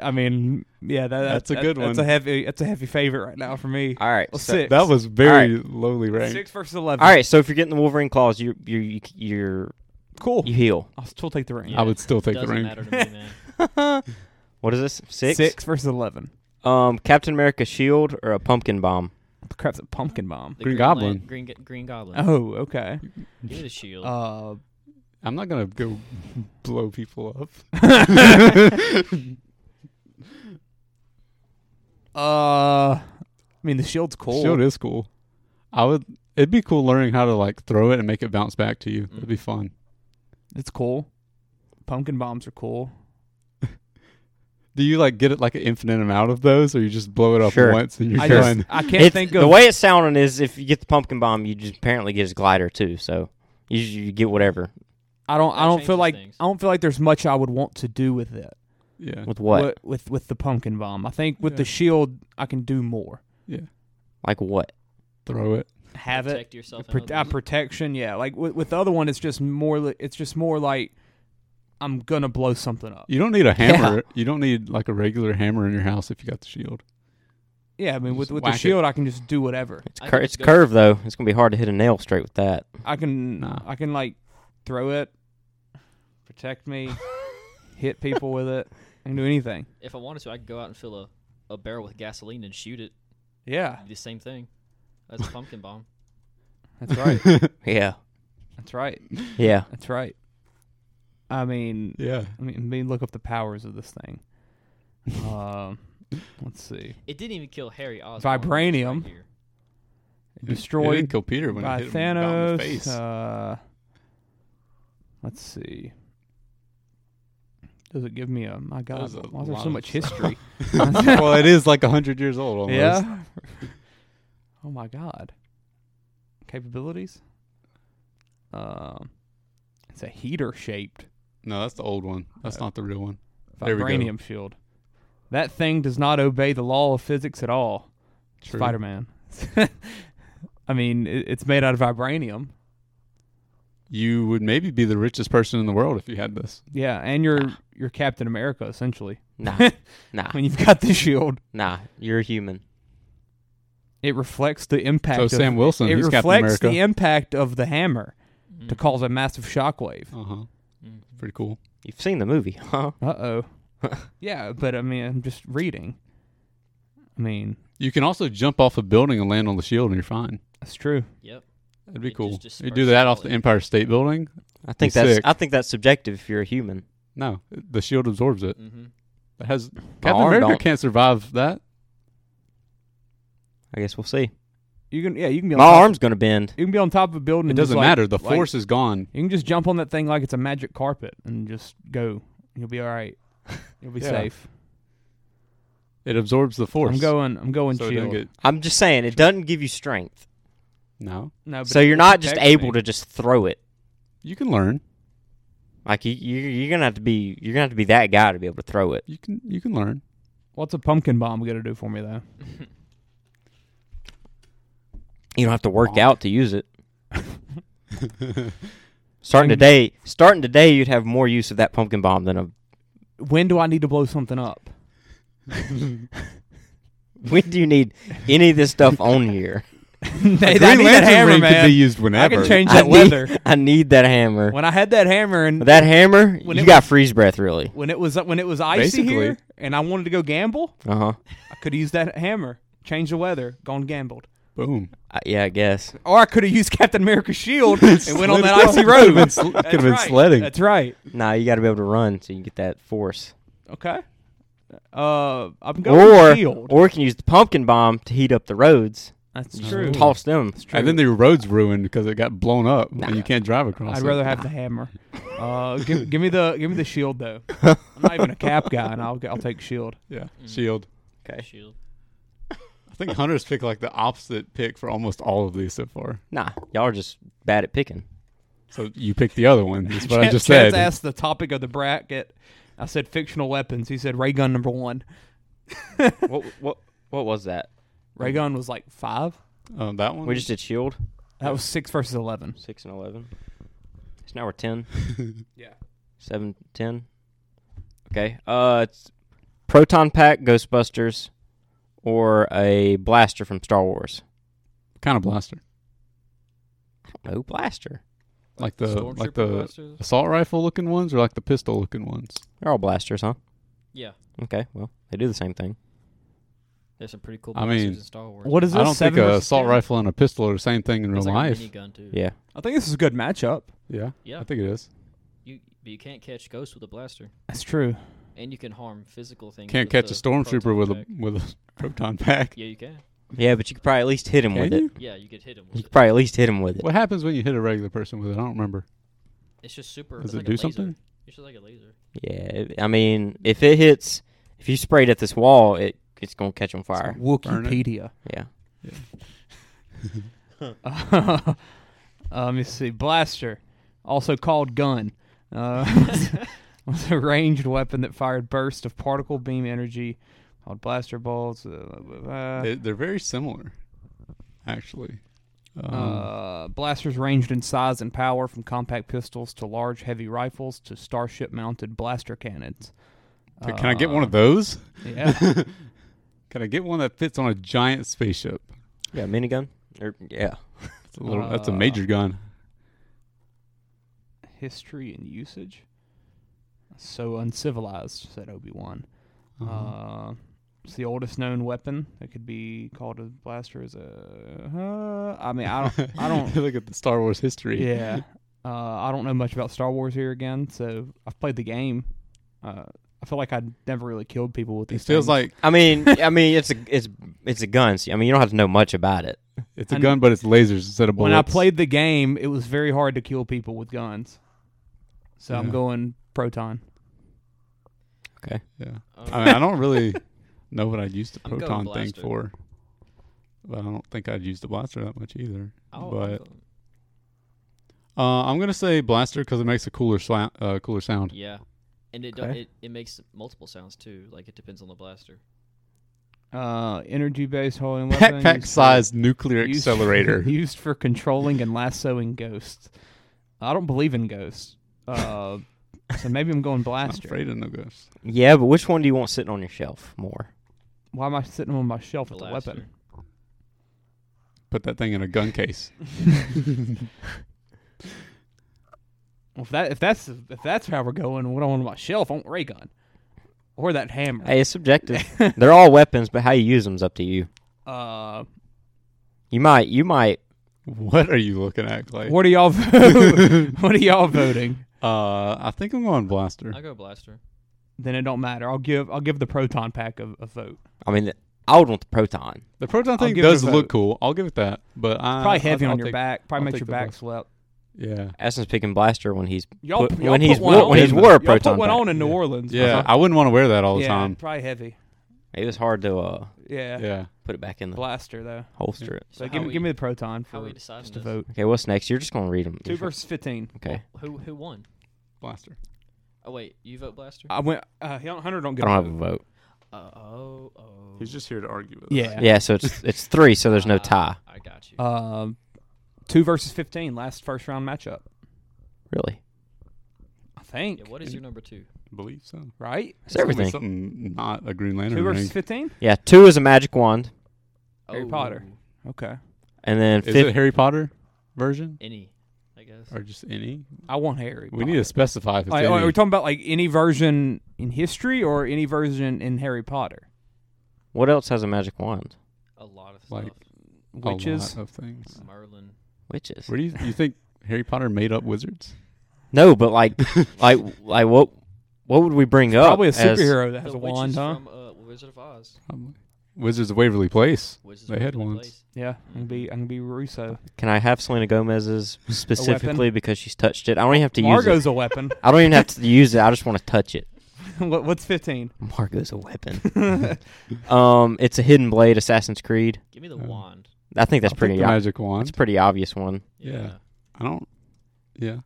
Speaker 1: I mean, yeah, that,
Speaker 2: That's a
Speaker 1: that-
Speaker 2: good
Speaker 1: That's a
Speaker 2: one.
Speaker 1: heavy, that's a heavy favorite right now for me.
Speaker 3: All right.
Speaker 1: Well,
Speaker 3: so-
Speaker 1: six.
Speaker 2: that was very lowly ranked.
Speaker 1: six versus eleven.
Speaker 3: all right. So if you're getting the Wolverine claws, you you you you're,
Speaker 1: cool.
Speaker 3: you heal.
Speaker 1: I'll still take the ring.
Speaker 4: Yeah.
Speaker 2: I would still take the
Speaker 4: Doesn't
Speaker 2: ring.
Speaker 4: matter to me, man.
Speaker 3: What is this? Six.
Speaker 1: versus eleven.
Speaker 3: Um, Captain America shield or a pumpkin bomb?
Speaker 1: The crap's a pumpkin bomb.
Speaker 4: The
Speaker 2: Green
Speaker 4: Lan-
Speaker 2: Goblin.
Speaker 4: green, G- green Goblin.
Speaker 1: Oh, okay.
Speaker 4: Give me the shield.
Speaker 1: Uh,
Speaker 2: I'm not gonna go blow people up.
Speaker 1: uh, I mean, the shield's cool.
Speaker 2: Shield is cool. I would. It'd be cool learning how to like throw it and make it bounce back to you. It'd
Speaker 1: Mm.
Speaker 2: be fun.
Speaker 1: It's cool. Pumpkin bombs are cool.
Speaker 2: Do you like get it like an infinite amount of those, or you just blow it up
Speaker 3: Sure.
Speaker 2: once and you're
Speaker 1: I
Speaker 2: done?
Speaker 1: just, I can't
Speaker 3: It's,
Speaker 1: think of
Speaker 3: the way it's sounding is if you get the pumpkin bomb, you just apparently get his glider too. So you, you get whatever
Speaker 1: I don't. I
Speaker 4: That
Speaker 1: don't feel
Speaker 4: changes
Speaker 1: like
Speaker 4: things.
Speaker 1: I don't feel like there's much I would want to do with it.
Speaker 2: yeah,
Speaker 3: with what,
Speaker 1: With with, with the pumpkin bomb, I think with
Speaker 2: Yeah.
Speaker 1: the shield I can do more.
Speaker 3: like what.
Speaker 2: throw it.
Speaker 1: Have it.
Speaker 4: Protect yourself.
Speaker 1: Pro-
Speaker 4: and
Speaker 1: uh,
Speaker 4: others.
Speaker 1: protection, yeah. Like with, with the other one, it's just more. li- It's just more like I'm gonna blow something up.
Speaker 2: You don't need a hammer. You don't need like a regular hammer in your house if you got the shield.
Speaker 1: Yeah, I mean with
Speaker 2: Just
Speaker 1: with the
Speaker 2: whack it.
Speaker 1: shield, I can just do whatever.
Speaker 3: It's
Speaker 4: I
Speaker 3: cur-
Speaker 4: could
Speaker 3: it's
Speaker 4: go-
Speaker 3: curved though. It's gonna be hard to hit a nail straight with that.
Speaker 1: I can
Speaker 2: Nah.
Speaker 1: I can like throw it, protect me, hit people with it. I can do anything.
Speaker 4: If I wanted to, I could go out and fill a, a barrel with gasoline and shoot it.
Speaker 1: Yeah,
Speaker 4: It'd be the same thing. That's a pumpkin bomb.
Speaker 1: that's right.
Speaker 3: Yeah.
Speaker 1: that's right.
Speaker 3: Yeah.
Speaker 1: That's right. I mean,
Speaker 2: yeah.
Speaker 1: I mean, let me look up the powers of this thing.
Speaker 2: Uh,
Speaker 1: Um, let's see.
Speaker 4: It didn't even kill Harry Osborn. who's
Speaker 1: Vibranium.
Speaker 4: Right here.
Speaker 2: It
Speaker 1: Destroyed
Speaker 2: didn't kill Peter when
Speaker 1: by
Speaker 2: it hit him about in
Speaker 1: Thanos.
Speaker 2: the face.
Speaker 1: Uh, let's see. Does it give me a my God?
Speaker 2: was a
Speaker 1: Why is there
Speaker 2: lot
Speaker 1: so
Speaker 2: of
Speaker 1: much
Speaker 2: stuff.
Speaker 1: history?
Speaker 2: well, it is like hundred years old. Almost.
Speaker 1: yeah. oh my God. Capabilities. Um, it's a heater shaped
Speaker 2: No, that's the old one. That's
Speaker 1: Uh,
Speaker 2: not the real one. There we go.
Speaker 1: vibranium shield. That thing does not obey the law of physics at all.
Speaker 2: True.
Speaker 1: Spider Man. I mean, it, it's made out of vibranium.
Speaker 2: You would maybe be the richest person in the world if you had this.
Speaker 1: Yeah, and you're you're Captain America essentially
Speaker 3: Nah. nah.
Speaker 1: when you've got the shield.
Speaker 3: Nah. You're human.
Speaker 1: It reflects the impact.
Speaker 2: So
Speaker 1: of,
Speaker 2: Sam Wilson,
Speaker 1: it
Speaker 2: he's
Speaker 1: reflects
Speaker 2: Captain
Speaker 1: the
Speaker 2: America.
Speaker 1: impact of the hammer to
Speaker 4: Mm.
Speaker 1: cause a massive shockwave.
Speaker 2: uh huh.
Speaker 4: Mm.
Speaker 2: Pretty cool.
Speaker 3: You've seen the movie, huh?
Speaker 1: Uh oh. yeah, but I mean, I'm just reading. I mean,
Speaker 2: You can also jump off a building and land on the shield, and you're fine.
Speaker 1: that's true.
Speaker 4: Yep.
Speaker 2: That'd be
Speaker 4: It
Speaker 2: cool.
Speaker 4: just
Speaker 2: You do that off the
Speaker 4: disperses
Speaker 2: Empire State Building?
Speaker 3: I think
Speaker 2: He's
Speaker 3: that's
Speaker 2: sick.
Speaker 3: I think that's subjective if you're a human.
Speaker 2: No, the shield absorbs it.
Speaker 4: Mm-hmm.
Speaker 2: It has
Speaker 3: My
Speaker 2: Captain
Speaker 3: arm
Speaker 2: America
Speaker 3: don't.
Speaker 2: can't survive that.
Speaker 3: I guess we'll see.
Speaker 1: You can yeah, you can be on
Speaker 3: My
Speaker 1: top,
Speaker 3: arm's gonna bend.
Speaker 1: You can be on top of a building.
Speaker 2: It
Speaker 1: and just,
Speaker 2: doesn't
Speaker 1: like-
Speaker 2: matter. The
Speaker 1: like-
Speaker 2: force is gone.
Speaker 1: You can just jump on that thing like it's a magic carpet and just go. You'll be all right. You'll be
Speaker 2: Yeah.
Speaker 1: safe.
Speaker 2: It absorbs the force.
Speaker 1: I'm going. I'm going
Speaker 2: so it doesn't
Speaker 1: shield.
Speaker 2: get
Speaker 3: I'm just saying it doesn't give you strength.
Speaker 2: no.
Speaker 1: no, but
Speaker 3: So
Speaker 1: it
Speaker 3: you're not just
Speaker 1: protects
Speaker 3: able
Speaker 1: me.
Speaker 3: to just throw it.
Speaker 2: You can learn.
Speaker 3: Like you, you you're gonna have to be you're gonna have to be that guy to be able to throw it.
Speaker 2: You can you can learn.
Speaker 1: What's a pumpkin bomb gonna do for me though?
Speaker 3: You don't have to work
Speaker 2: Bonk.
Speaker 3: out to use it. starting today, starting today, you'd have more use of that pumpkin bomb than a.
Speaker 1: When do I need to blow something up?
Speaker 3: When do you need any of this stuff on here?
Speaker 1: Hey, I
Speaker 2: Green
Speaker 1: need that
Speaker 2: Lantern
Speaker 1: hammer,
Speaker 2: ring
Speaker 1: man.
Speaker 2: could be used
Speaker 1: I
Speaker 2: whenever.
Speaker 1: can change
Speaker 3: I
Speaker 1: that weather.
Speaker 3: need, I need that hammer.
Speaker 1: When I had that hammer and
Speaker 3: That hammer,
Speaker 1: When
Speaker 3: you
Speaker 1: it
Speaker 3: got freeze breath, really.
Speaker 1: when it was uh, when it was icy
Speaker 2: Basically.
Speaker 1: here and I wanted to go gamble,
Speaker 3: Uh huh.
Speaker 1: I could have used that hammer, change the weather, gone and gambled,
Speaker 2: Boom.
Speaker 3: yeah, I guess.
Speaker 1: or I could have used Captain America's shield and went on that icy
Speaker 2: Could have
Speaker 1: road.
Speaker 2: been, sl- could
Speaker 1: That's
Speaker 2: have been
Speaker 1: right.
Speaker 2: sledding.
Speaker 1: That's right.
Speaker 3: Nah, you got to be able to run so you can get that force.
Speaker 1: Okay. Uh, I'm going
Speaker 3: Or
Speaker 1: shield.
Speaker 3: or you can use the pumpkin bomb to heat up the roads.
Speaker 1: That's
Speaker 3: Just
Speaker 1: true.
Speaker 3: Toss them.
Speaker 2: and then the road's ruined because it got blown up and you can't drive across.
Speaker 1: I'd
Speaker 2: it.
Speaker 1: rather have the hammer. Uh, give, give me the give me the shield though. I'm not even a cap guy, and I'll I'll take shield.
Speaker 2: Yeah.
Speaker 4: Mm.
Speaker 2: Shield.
Speaker 3: Okay.
Speaker 4: Shield.
Speaker 2: I think Hunter's picked like the opposite pick for almost all of these so far.
Speaker 3: Nah, y'all are just bad at picking.
Speaker 2: So you picked the other one. That's what I
Speaker 1: Chance-
Speaker 2: just
Speaker 1: Chance
Speaker 2: said.
Speaker 1: asked the topic of the bracket. I said fictional weapons. He said ray gun number one.
Speaker 3: what what what was that?
Speaker 1: Ray gun was like five.
Speaker 2: Um, that one.
Speaker 3: We just did shield
Speaker 1: That was six versus eleven.
Speaker 3: six and eleven. So now we're ten.
Speaker 1: Yeah.
Speaker 3: Seven ten. Okay. Uh, it's proton pack Ghostbusters, or a blaster from Star Wars.
Speaker 2: kind of blaster,
Speaker 3: No blaster.
Speaker 2: like the like
Speaker 4: Stormtrooper
Speaker 2: the
Speaker 4: blasters?
Speaker 2: assault rifle looking ones or like the pistol looking ones.
Speaker 3: They're all blasters, huh?
Speaker 4: Yeah.
Speaker 3: Okay. Well, they do the same thing.
Speaker 4: There's some pretty cool
Speaker 2: I
Speaker 4: blasters
Speaker 2: mean,
Speaker 4: in Star Wars.
Speaker 1: What is this?
Speaker 2: I don't
Speaker 1: seven
Speaker 2: think a
Speaker 1: versus
Speaker 2: assault
Speaker 1: 10?
Speaker 2: rifle and a pistol are the same thing in real
Speaker 4: It's like
Speaker 2: life.
Speaker 4: a minigun too.
Speaker 3: Yeah.
Speaker 1: I think this is a good matchup.
Speaker 2: Yeah,
Speaker 4: Yeah.
Speaker 2: I think it is.
Speaker 4: You but you can't catch ghosts with a blaster,
Speaker 1: That's true.
Speaker 4: and you can harm physical things.
Speaker 2: Can't
Speaker 4: with
Speaker 2: catch a
Speaker 4: the
Speaker 2: stormtrooper
Speaker 4: proton
Speaker 2: with a
Speaker 4: pack.
Speaker 2: with a proton pack.
Speaker 4: Yeah, you can.
Speaker 3: Yeah, but you could probably at least hit him
Speaker 2: Can
Speaker 3: with
Speaker 2: you?
Speaker 3: it.
Speaker 4: Yeah, you could hit him.
Speaker 3: You
Speaker 4: With
Speaker 3: could
Speaker 4: it.
Speaker 3: probably at least hit him with it.
Speaker 2: What happens when you hit a regular person with it? I don't remember.
Speaker 4: It's just super.
Speaker 2: Does
Speaker 4: it's
Speaker 2: it
Speaker 4: like a
Speaker 2: do
Speaker 4: laser.
Speaker 2: something?
Speaker 4: It's just like a laser.
Speaker 3: Yeah. it- I mean, if it hits, if you sprayed at this wall, it it's gonna catch on fire.
Speaker 1: Wikipedia.
Speaker 3: Yeah.
Speaker 1: Uh, let me see. Blaster, also called gun, uh, was, was a ranged weapon that fired bursts of particle beam energy called blaster bolts. uh, blah, blah, blah.
Speaker 2: They, they're very similar, actually. Um,
Speaker 1: Uh, blasters ranged in size and power from compact pistols to large heavy rifles to starship mounted blaster cannons. Uh,
Speaker 2: c- can I get one of those?
Speaker 1: Yeah.
Speaker 2: Can I get one that fits on a giant spaceship?
Speaker 3: Yeah. Minigun. Or yeah.
Speaker 2: That's a little. that's a
Speaker 1: Uh,
Speaker 2: major gun.
Speaker 1: history and usage. So uncivilized, said Obi Wan.
Speaker 2: Uh-huh.
Speaker 1: Uh, it's the oldest known weapon that could be called a blaster. Is a uh, I mean, I don't, I don't,
Speaker 2: look at the Star Wars history.
Speaker 1: yeah, uh, I don't know much about Star Wars here again. So I've played the game. Uh, I feel like I'd never really killed people with
Speaker 2: It
Speaker 1: these.
Speaker 2: feels
Speaker 1: things.
Speaker 2: like
Speaker 3: I mean, I mean, it's a it's it's a gun. So, I mean, you don't have to know much about it.
Speaker 2: it's a
Speaker 1: And-
Speaker 2: gun, but it's lasers instead of bullets.
Speaker 1: when I played the game, it was very hard to kill people with guns. So I'm
Speaker 2: Yeah.
Speaker 1: going proton.
Speaker 2: yeah.
Speaker 4: Um,
Speaker 2: I mean, I don't really know what I'd use the
Speaker 4: I'm going
Speaker 2: proton thing
Speaker 4: blaster.
Speaker 2: for, but I don't think I'd use the blaster that much either.
Speaker 4: I'll-
Speaker 2: but uh, I'm gonna say blaster because it makes a cooler swa- uh, cooler sound.
Speaker 4: yeah, and it, do-
Speaker 1: Okay.
Speaker 4: it it makes multiple sounds too. Like it depends on the blaster.
Speaker 1: Uh, energy based holding weapon.
Speaker 2: Backpack
Speaker 1: used for-
Speaker 2: sized nuclear accelerator.
Speaker 1: For, used for controlling and lassoing ghosts. I don't believe in ghosts. Uh, so maybe I'm going
Speaker 2: I'm
Speaker 1: blaster.
Speaker 2: afraid of no ghosts.
Speaker 3: Yeah, but which one do you want sitting on your shelf more?
Speaker 1: Why am I sitting on my shelf with a
Speaker 4: Blaster.
Speaker 1: weapon?
Speaker 2: Put that thing in a gun case.
Speaker 1: Well, if that if that's if that's how we're going, what I want on my shelf, I want ray gun or that hammer.
Speaker 3: Hey, it's subjective. They're all weapons, but how you use them's up to you.
Speaker 1: Uh,
Speaker 3: You might, you might.
Speaker 2: what are you looking at, Clay?
Speaker 1: what are y'all vo- what are y'all voting?
Speaker 2: Uh, I think I'm going blaster.
Speaker 4: I go blaster.
Speaker 1: Then it don't matter. I'll give I'll give the proton pack a, a vote.
Speaker 3: I mean, I would want the proton.
Speaker 2: The proton
Speaker 1: I'll
Speaker 2: thing
Speaker 1: give it a
Speaker 2: does look
Speaker 1: vote.
Speaker 2: cool. I'll give it that. But I,
Speaker 1: Probably
Speaker 2: I-
Speaker 1: heavy
Speaker 2: Uh, I'll
Speaker 1: on your
Speaker 2: take-
Speaker 1: back. Probably
Speaker 2: I'll
Speaker 1: makes
Speaker 2: take
Speaker 1: your
Speaker 2: the
Speaker 1: back
Speaker 2: bus.
Speaker 1: slip.
Speaker 2: Yeah,
Speaker 3: Essence picking blaster when he's
Speaker 1: Y'all,
Speaker 3: But
Speaker 1: y'all
Speaker 3: when
Speaker 1: put
Speaker 3: he's
Speaker 1: one
Speaker 2: wo-
Speaker 1: on-
Speaker 2: when he's wore a
Speaker 1: y'all
Speaker 3: proton
Speaker 1: put one
Speaker 3: pack.
Speaker 1: on in New
Speaker 2: Yeah.
Speaker 1: Orleans.
Speaker 2: yeah.
Speaker 1: Uh-huh.
Speaker 2: I wouldn't want to wear that all the
Speaker 1: yeah,
Speaker 2: time.
Speaker 1: Probably heavy.
Speaker 3: it was hard to uh,
Speaker 1: Yeah.
Speaker 2: Yeah,
Speaker 3: put it back in the
Speaker 1: Blaster though.
Speaker 3: holster. It.
Speaker 1: So
Speaker 4: how
Speaker 1: give me
Speaker 4: we-
Speaker 1: give me the proton
Speaker 4: how
Speaker 1: for
Speaker 4: we deciding
Speaker 1: just to
Speaker 4: this?
Speaker 1: vote.
Speaker 3: Okay, what's next? You're just gonna read them.
Speaker 1: Two versus fifteen.
Speaker 3: Okay,
Speaker 4: Who who won?
Speaker 2: blaster.
Speaker 4: Oh wait, you vote blaster.
Speaker 1: I went. Uh, Hunter don't
Speaker 3: I
Speaker 1: get. a
Speaker 3: don't have a
Speaker 1: vote.
Speaker 3: vote.
Speaker 4: Uh, oh oh.
Speaker 2: He's just here to argue with.
Speaker 1: Yeah.
Speaker 3: Yeah, so it's it's three, so there's no tie.
Speaker 4: Ah, I got
Speaker 2: Uh,
Speaker 4: you.
Speaker 1: Um, two versus fifteen. Last first round matchup.
Speaker 3: Really,
Speaker 1: I think.
Speaker 4: yeah, what is your number two?
Speaker 2: I believe so.
Speaker 1: Right.
Speaker 3: it's everything.
Speaker 2: Something not a Green
Speaker 1: Two
Speaker 2: Lantern
Speaker 1: versus
Speaker 2: ring.
Speaker 1: fifteen.
Speaker 3: Yeah, two is a magic wand,
Speaker 1: Harry
Speaker 4: Oh,
Speaker 1: Potter. Okay.
Speaker 3: and then
Speaker 2: Is
Speaker 3: fif-
Speaker 2: it Harry Potter version
Speaker 4: Any, I guess.
Speaker 2: or just any?
Speaker 1: I want Harry.
Speaker 2: We need to specify if it's
Speaker 1: Like,
Speaker 2: any.
Speaker 1: are we talking about like any version in history or any version in Harry Potter?
Speaker 3: what else has a magic wand?
Speaker 4: A lot of stuff.
Speaker 2: Like- a
Speaker 1: Witches.
Speaker 2: lot of things.
Speaker 4: Merlin.
Speaker 3: Witches.
Speaker 2: Where do you, you think Harry Potter made up wizards?
Speaker 3: No, but like, like, like what? What would we bring up?
Speaker 1: Probably a
Speaker 3: as-
Speaker 1: superhero that has
Speaker 4: the
Speaker 1: a wand,
Speaker 4: witches
Speaker 1: huh?
Speaker 4: From uh, Wizard of Oz.
Speaker 2: Probably. Wizards of Waverly Place.
Speaker 4: Wizards
Speaker 2: They
Speaker 4: of
Speaker 2: had
Speaker 4: Waverly
Speaker 2: wands.
Speaker 4: Place.
Speaker 1: yeah, I'm gonna be I'm gonna be Russo.
Speaker 3: Can I have Selena Gomez's specifically because she's touched it? I don't even have to use
Speaker 1: Margot's a weapon.
Speaker 3: it. I don't even have to use it. I just want to touch it.
Speaker 1: what, what's fifteen?
Speaker 3: Margot's a weapon. um, it's a hidden blade, Assassin's Creed.
Speaker 4: Give me the
Speaker 2: Uh,
Speaker 4: wand.
Speaker 3: I think that's
Speaker 2: I'll take
Speaker 3: pretty.
Speaker 2: the
Speaker 3: ob-
Speaker 2: magic
Speaker 3: that's a
Speaker 2: wand.
Speaker 3: pretty obvious one.
Speaker 2: yeah. I don't. Yeah,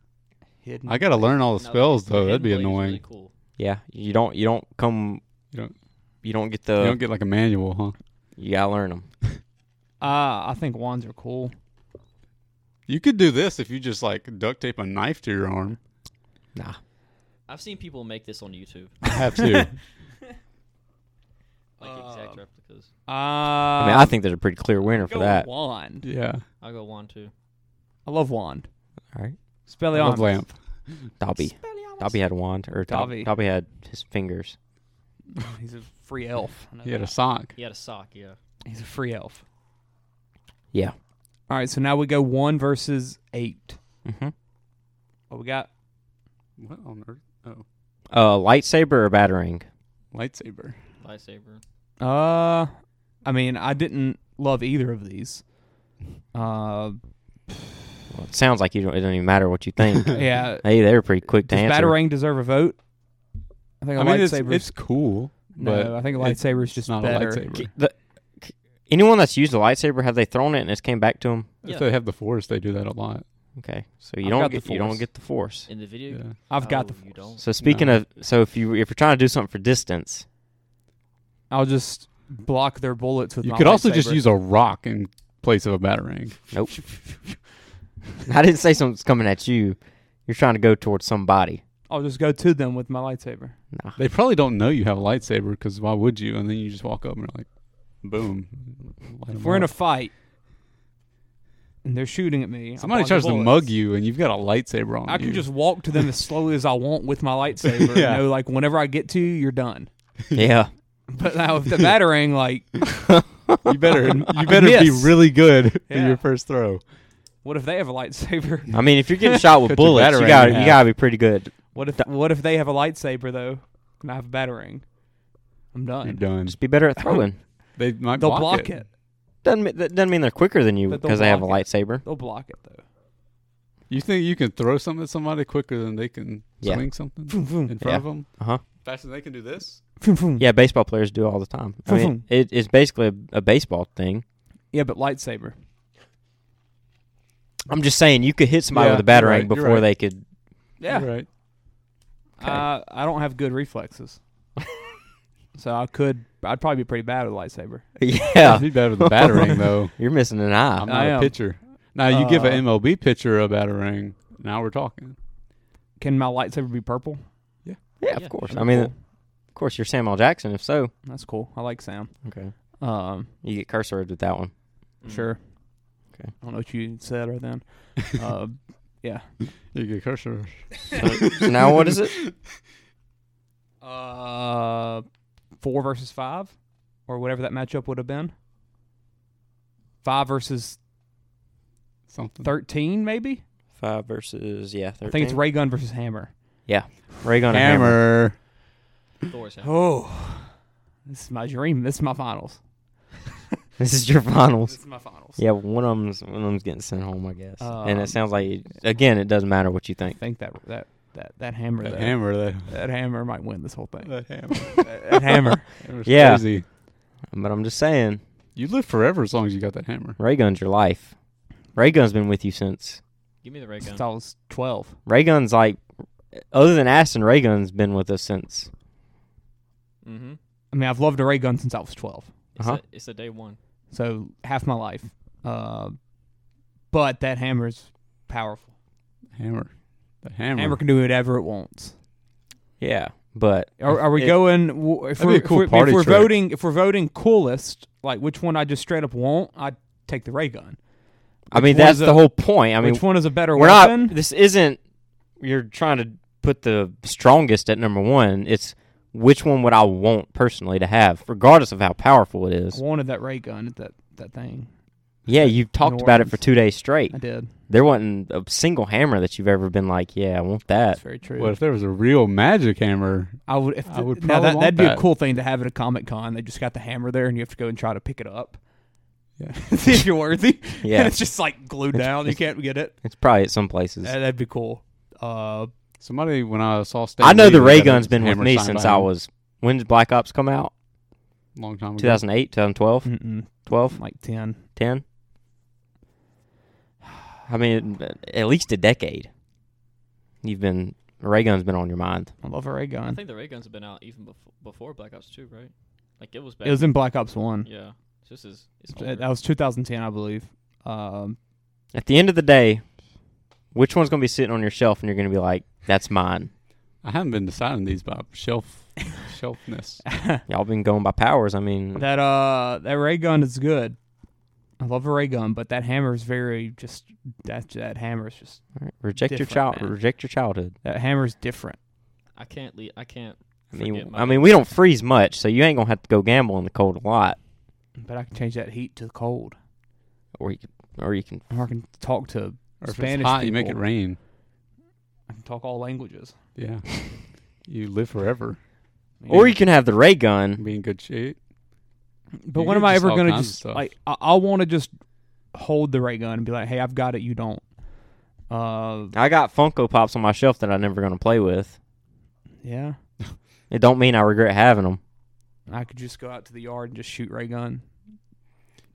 Speaker 1: Hidden.
Speaker 2: I gotta learn all the
Speaker 4: No,
Speaker 2: spells though.
Speaker 4: hidden
Speaker 2: That'd be
Speaker 4: blade's really
Speaker 2: annoying.
Speaker 4: cool.
Speaker 3: Yeah, you don't you don't come
Speaker 2: You don't-
Speaker 3: you don't get
Speaker 1: Uh,
Speaker 2: you
Speaker 3: the
Speaker 2: don't get like a manual, huh?
Speaker 3: you gotta learn them.
Speaker 1: Ah, I think wands are cool.
Speaker 2: You could do this if you just like duct tape a knife to your arm.
Speaker 3: Nah,
Speaker 4: I've seen people make this on YouTube,
Speaker 2: I have to.
Speaker 4: like exact
Speaker 1: Um,
Speaker 4: replicas.
Speaker 1: Uh,
Speaker 3: I mean I think there's a pretty clear winner for
Speaker 1: go
Speaker 3: that.
Speaker 1: Wand.
Speaker 2: yeah.
Speaker 4: I'll go wand too.
Speaker 1: I love wand.
Speaker 3: All right,
Speaker 1: Spelly
Speaker 2: Love lamp.
Speaker 3: Dobby. Dobby had a wand, or
Speaker 1: Dobby.
Speaker 3: Dobby. Dobby had his fingers.
Speaker 1: He's a free elf. I know
Speaker 2: He had a
Speaker 1: that.
Speaker 2: sock.
Speaker 4: He had a sock. Yeah.
Speaker 1: He's a free elf.
Speaker 3: Yeah.
Speaker 1: All right, so now we go one versus eight.
Speaker 3: Mm-hmm.
Speaker 1: What we got?
Speaker 2: What on earth? Oh,
Speaker 3: Uh, lightsaber or battering?
Speaker 2: lightsaber.
Speaker 4: Lightsaber.
Speaker 1: Uh, I mean, I didn't love either of these. Uh,
Speaker 3: Well, it sounds like you don't. It doesn't even matter what you think.
Speaker 1: yeah.
Speaker 3: hey, they were pretty quick to
Speaker 1: Does
Speaker 3: answer.
Speaker 1: Batarang deserve a vote? I think a
Speaker 2: I mean, it's,
Speaker 1: lightsaber's-
Speaker 2: it's cool. but
Speaker 1: no, I think a
Speaker 2: it's
Speaker 1: lightsaber's just
Speaker 2: not
Speaker 1: better.
Speaker 2: a lightsaber.
Speaker 3: K- the- k- anyone that's used a lightsaber, have they thrown it and it's came back to them?
Speaker 2: If
Speaker 4: Yeah.
Speaker 2: they have the force, they do that a lot.
Speaker 3: Okay, so you
Speaker 1: I've
Speaker 3: don't
Speaker 1: got the
Speaker 3: get you don't
Speaker 1: Force.
Speaker 3: get the force.
Speaker 4: In the video.
Speaker 2: Yeah.
Speaker 1: I've got
Speaker 4: Oh,
Speaker 1: the.
Speaker 4: You don't.
Speaker 3: So speaking
Speaker 2: No.
Speaker 3: of, so if you if you're trying to do something for distance,
Speaker 1: I'll just block their bullets with.
Speaker 2: You
Speaker 1: my
Speaker 2: could also just
Speaker 1: lightsaber.
Speaker 2: use a rock in place of a batarang.
Speaker 3: nope. I didn't say something's coming at you. You're trying to go towards somebody.
Speaker 1: I'll just go to them with my lightsaber.
Speaker 3: Nah.
Speaker 2: They probably don't know you have a lightsaber because why would you? And then you just walk up and you're like, boom. Light
Speaker 1: If
Speaker 2: 'em
Speaker 1: we're in a
Speaker 2: up.
Speaker 1: fight, and they're shooting at me. I'm
Speaker 2: Somebody
Speaker 1: blocking
Speaker 2: tries to
Speaker 1: bullets.
Speaker 2: mug you, and you've got a lightsaber on.
Speaker 1: I can
Speaker 2: you.
Speaker 1: just walk to them as slowly as I want with my lightsaber.
Speaker 2: Yeah.
Speaker 1: You know, like whenever I get to, you're done.
Speaker 3: yeah.
Speaker 1: But now with the battering, like,
Speaker 2: You better. You
Speaker 1: I
Speaker 2: better be
Speaker 1: miss.
Speaker 2: really good in
Speaker 1: Yeah.
Speaker 2: your first throw.
Speaker 1: what if they have a lightsaber?
Speaker 3: I mean, if you're getting shot with
Speaker 2: Cut your
Speaker 3: bullets, you
Speaker 2: batarang
Speaker 3: got
Speaker 2: in
Speaker 3: you
Speaker 2: half.
Speaker 3: got to be pretty good.
Speaker 1: What if what if they have a lightsaber though, and I have a battering? I'm
Speaker 2: You're
Speaker 1: done.
Speaker 2: done.
Speaker 3: Just be better at throwing.
Speaker 2: They might
Speaker 1: They'll block, it.
Speaker 3: Doesn't mean, that doesn't mean they're quicker than you
Speaker 1: But they'll
Speaker 3: because they have a
Speaker 1: block
Speaker 3: lightsaber.
Speaker 1: They'll block it though.
Speaker 2: You think you can throw something at somebody quicker than they can
Speaker 3: Yeah.
Speaker 2: swing something
Speaker 1: Vroom, vroom,
Speaker 2: in front
Speaker 3: Yeah.
Speaker 2: of them?
Speaker 3: Uh-huh.
Speaker 2: Faster than they can do this.
Speaker 1: vroom, vroom.
Speaker 3: Yeah, baseball players do it all the time. I mean, it, it's basically a, a baseball thing.
Speaker 1: Yeah, but lightsaber.
Speaker 3: I'm just saying you could hit somebody
Speaker 2: Yeah,
Speaker 3: with a batarang
Speaker 2: you're right, you're
Speaker 3: before
Speaker 2: right.
Speaker 3: they could.
Speaker 1: Yeah.
Speaker 2: Right.
Speaker 1: Uh, I don't have good reflexes, so I could. I'd probably be pretty bad with a lightsaber.
Speaker 3: Yeah,
Speaker 2: Be better with a battering though.
Speaker 3: you're missing an eye.
Speaker 2: I'm not
Speaker 1: I
Speaker 2: a
Speaker 1: am.
Speaker 2: pitcher. Now you give
Speaker 1: Uh,
Speaker 2: an MLB pitcher a battering. Now we're talking.
Speaker 1: Can my lightsaber be purple?
Speaker 3: yeah, of
Speaker 4: Yeah,
Speaker 3: course.
Speaker 1: That'd
Speaker 3: I
Speaker 1: be
Speaker 3: mean,
Speaker 1: cool.
Speaker 3: of course, you're Samuel Jackson. If so,
Speaker 1: that's cool. I like Sam.
Speaker 3: okay,
Speaker 1: Um,
Speaker 3: you get cursored with that one.
Speaker 4: Mm.
Speaker 1: sure.
Speaker 3: Okay.
Speaker 1: I don't know what you said or then. Uh, yeah.
Speaker 2: You get cursor.
Speaker 3: So now what is it?
Speaker 1: Uh, four versus five, or whatever that matchup would have been. Five versus
Speaker 2: Something.
Speaker 1: thirteen, maybe.
Speaker 3: Five versus yeah, thirteen.
Speaker 1: I think it's ray gun versus hammer.
Speaker 3: Ray gun and hammer.
Speaker 2: Hammer.
Speaker 4: Thor's hammer.
Speaker 1: Oh, this is my dream. This is my finals.
Speaker 3: This is your
Speaker 1: This
Speaker 3: finals.
Speaker 1: is my finals.
Speaker 3: Yeah, one of them's one of them's getting sent home, I guess. and
Speaker 1: Um,
Speaker 3: it sounds like again, it doesn't matter what you think.
Speaker 1: I think that that that that hammer
Speaker 2: That
Speaker 1: though,
Speaker 2: hammer. That,
Speaker 1: that hammer might win this whole thing.
Speaker 2: that hammer.
Speaker 1: that, that hammer.
Speaker 2: Hammer's
Speaker 3: Yeah.
Speaker 2: Crazy.
Speaker 3: But I'm just saying,
Speaker 2: You live forever as long as you got that hammer.
Speaker 3: ray gun's your life. Ray gun's been with you since.
Speaker 4: Give me the ray gun.
Speaker 1: Since I was twelve.
Speaker 3: Ray gun's like, other than Aston, ray gun's been with us since.
Speaker 4: Mm-hmm.
Speaker 1: I mean, I've loved a ray gun since I was twelve,
Speaker 4: It's,
Speaker 3: Uh-huh.
Speaker 4: a, it's a day one.
Speaker 1: so half my life. Uh, but that hammer's powerful.
Speaker 2: Hammer. The hammer.
Speaker 1: Hammer can do whatever it wants.
Speaker 3: Yeah, but
Speaker 1: Are, are we
Speaker 3: It-
Speaker 1: going? w- If
Speaker 2: That'd
Speaker 1: we're,
Speaker 2: be a cool
Speaker 1: if we're,
Speaker 2: party
Speaker 1: if we're
Speaker 2: trick.
Speaker 1: voting, if we're voting coolest, like which one I just straight up want, I'd take the ray gun.
Speaker 3: I mean
Speaker 1: one
Speaker 3: that's
Speaker 1: is
Speaker 3: the
Speaker 1: a-
Speaker 3: whole point. I mean,
Speaker 1: which one is a better
Speaker 3: we're
Speaker 1: weapon?
Speaker 3: not. This isn't. You're trying to put the strongest at number one. It's which one would I want personally to have, regardless of how powerful it
Speaker 1: I
Speaker 3: is.
Speaker 1: wanted that ray gun at that that thing.
Speaker 3: Yeah, you've talked
Speaker 1: New
Speaker 3: about it
Speaker 1: Orleans.
Speaker 3: for two days straight.
Speaker 1: I did.
Speaker 3: There wasn't a single hammer that you've ever been like, yeah, I want that.
Speaker 1: That's very true.
Speaker 2: What if there was a real magic hammer?
Speaker 1: Uh, I would. If
Speaker 2: I would
Speaker 1: now
Speaker 2: probably
Speaker 1: that
Speaker 2: want
Speaker 1: that'd be
Speaker 2: that.
Speaker 1: a cool thing to have at a comic con. They just got the hammer there, and you have to go and try to pick it up.
Speaker 2: Yeah.
Speaker 1: See if you're worthy.
Speaker 3: Yeah,
Speaker 1: and
Speaker 3: it's,
Speaker 1: it's just like glued
Speaker 3: It's-
Speaker 1: down. You
Speaker 3: it's-
Speaker 1: can't get it.
Speaker 3: probably at some places.
Speaker 1: That- That'd be cool. Uh,
Speaker 2: Somebody when I saw. Stan
Speaker 3: I know
Speaker 2: Lee,
Speaker 3: the
Speaker 2: they
Speaker 3: ray
Speaker 2: had
Speaker 3: gun's
Speaker 2: a
Speaker 3: been with
Speaker 2: hammer
Speaker 3: me
Speaker 2: signed
Speaker 3: since
Speaker 2: by
Speaker 3: I
Speaker 2: him
Speaker 3: was. When did Black Ops come out?
Speaker 2: a long time ago.
Speaker 3: 2008, 2012,
Speaker 1: mm-mm,
Speaker 3: 12,
Speaker 1: like ten.
Speaker 3: 10. I mean, at least a decade. You've been ray gun's been on your mind.
Speaker 1: I love a ray
Speaker 4: I
Speaker 1: gun.
Speaker 4: think the ray guns have been out even before, before Black Ops 2, right? Like it was back.
Speaker 1: It was in Black Ops One. uh,
Speaker 4: yeah. It's just as it's
Speaker 1: That
Speaker 4: older.
Speaker 1: that was 2010, I believe. Um,
Speaker 3: At the end of the day, which one's gonna be sitting on your shelf and you're gonna be like, "That's mine."
Speaker 2: I haven't been deciding these by shelf shelfness.
Speaker 3: Y'all been going by powers. I mean,
Speaker 1: that uh, that ray gun is good. I love a ray gun, but that hammer is very just that that hammer is just
Speaker 3: reject your
Speaker 1: different,
Speaker 3: child.
Speaker 1: man.
Speaker 3: Reject your childhood.
Speaker 1: that hammer is different.
Speaker 4: I can't leave. I can't.
Speaker 3: I mean,
Speaker 4: Forget my
Speaker 3: I mean, we don't freeze much, so you ain't gonna have to go gamble in the cold a lot,
Speaker 1: But I can change that heat to cold,
Speaker 3: or you can, or you can.
Speaker 1: or I can talk to
Speaker 2: Or if
Speaker 1: Spanish
Speaker 2: it's hot, you make it
Speaker 1: people.
Speaker 2: rain.
Speaker 1: I can talk all languages.
Speaker 2: Yeah. you live forever.
Speaker 3: Or you can have the ray gun.
Speaker 2: Be in good shape.
Speaker 1: But
Speaker 2: you
Speaker 1: when
Speaker 2: get
Speaker 1: am I
Speaker 2: just
Speaker 1: ever
Speaker 2: all
Speaker 1: gonna
Speaker 2: kinds of
Speaker 1: just
Speaker 2: stuff.
Speaker 1: like I, I want to just hold the ray gun and be like, hey, I've got it, you don't. Uh,
Speaker 3: I got Funko Pops on my shelf that I'm never gonna play with.
Speaker 1: yeah.
Speaker 3: It don't mean I regret having them.
Speaker 1: I could just go out to the yard and just shoot ray gun.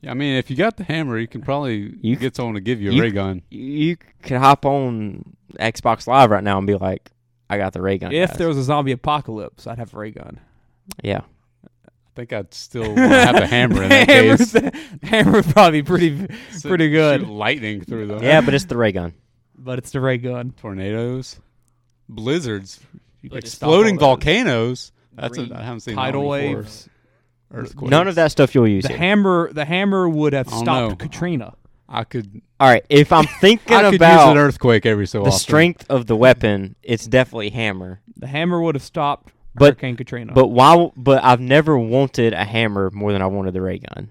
Speaker 2: Yeah, I mean, if you got the hammer, you can probably
Speaker 3: You-
Speaker 2: get someone to give you a
Speaker 3: you-
Speaker 2: ray gun.
Speaker 3: You, you could hop on Xbox Live right now and be like, "I got the ray gun."
Speaker 1: If
Speaker 3: guys."
Speaker 1: there was a zombie apocalypse, I'd have a ray gun.
Speaker 3: yeah,
Speaker 2: I think I'd still wanna have the hammer in that
Speaker 1: hammer's,
Speaker 2: case.
Speaker 1: hammer's probably pretty,
Speaker 2: Sit-
Speaker 1: pretty good.
Speaker 2: shoot lightning through them.
Speaker 3: yeah, but it's the ray gun.
Speaker 1: but it's the ray gun.
Speaker 2: Tornadoes, blizzards,
Speaker 1: You
Speaker 4: But
Speaker 1: could
Speaker 4: it's
Speaker 1: stop
Speaker 2: exploding
Speaker 1: all those.
Speaker 2: volcanoes. That's
Speaker 4: Green
Speaker 2: a, I haven't seen that
Speaker 1: tidal
Speaker 2: one before.
Speaker 1: waves.
Speaker 2: Earthquakes.
Speaker 3: None of that stuff you'll use.
Speaker 1: The
Speaker 3: here.
Speaker 1: hammer, the hammer would have
Speaker 2: I don't
Speaker 1: stopped
Speaker 2: know.
Speaker 1: Katrina.
Speaker 2: I could
Speaker 3: All right, if I'm thinking
Speaker 2: I could use an
Speaker 3: about
Speaker 2: earthquake every so
Speaker 3: the
Speaker 2: often.
Speaker 3: strength of the weapon, it's definitely hammer.
Speaker 1: The hammer would have stopped
Speaker 3: But-
Speaker 1: Hurricane Katrina.
Speaker 3: But why? But I've never wanted a hammer more than I wanted the ray gun.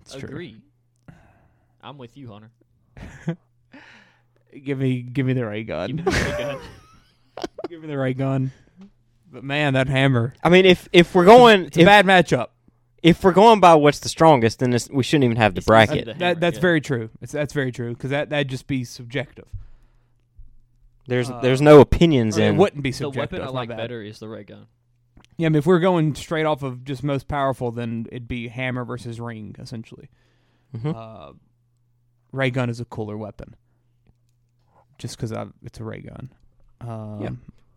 Speaker 1: It's true.
Speaker 4: Agree. I'm with you, Hunter.
Speaker 1: Give me, give me the ray gun.
Speaker 4: Give me the ray gun.
Speaker 1: give me the ray gun. But man, that hammer.
Speaker 3: I mean, if if we're going
Speaker 1: It's a
Speaker 3: if,
Speaker 1: bad matchup.
Speaker 3: if we're going by what's the strongest, then it's, we shouldn't even have the
Speaker 4: It's easy to
Speaker 3: bracket.
Speaker 4: The hammer,
Speaker 1: That, that's
Speaker 4: yeah.
Speaker 1: very true. It's, that's very true because that that'd just be subjective.
Speaker 3: There's
Speaker 1: Uh,
Speaker 3: there's no opinions
Speaker 1: Or it
Speaker 3: in.
Speaker 1: wouldn't be
Speaker 4: The
Speaker 1: subjective.
Speaker 4: weapon I
Speaker 1: my
Speaker 4: like
Speaker 1: bad.
Speaker 4: better is the ray gun.
Speaker 1: Yeah, I mean, if we're going straight off of just most powerful, then it'd be hammer versus ring essentially.
Speaker 4: Hmm.
Speaker 3: Mhm.
Speaker 1: Uh, ray gun is a cooler weapon, just because it's a ray gun. Um,
Speaker 3: Yeah.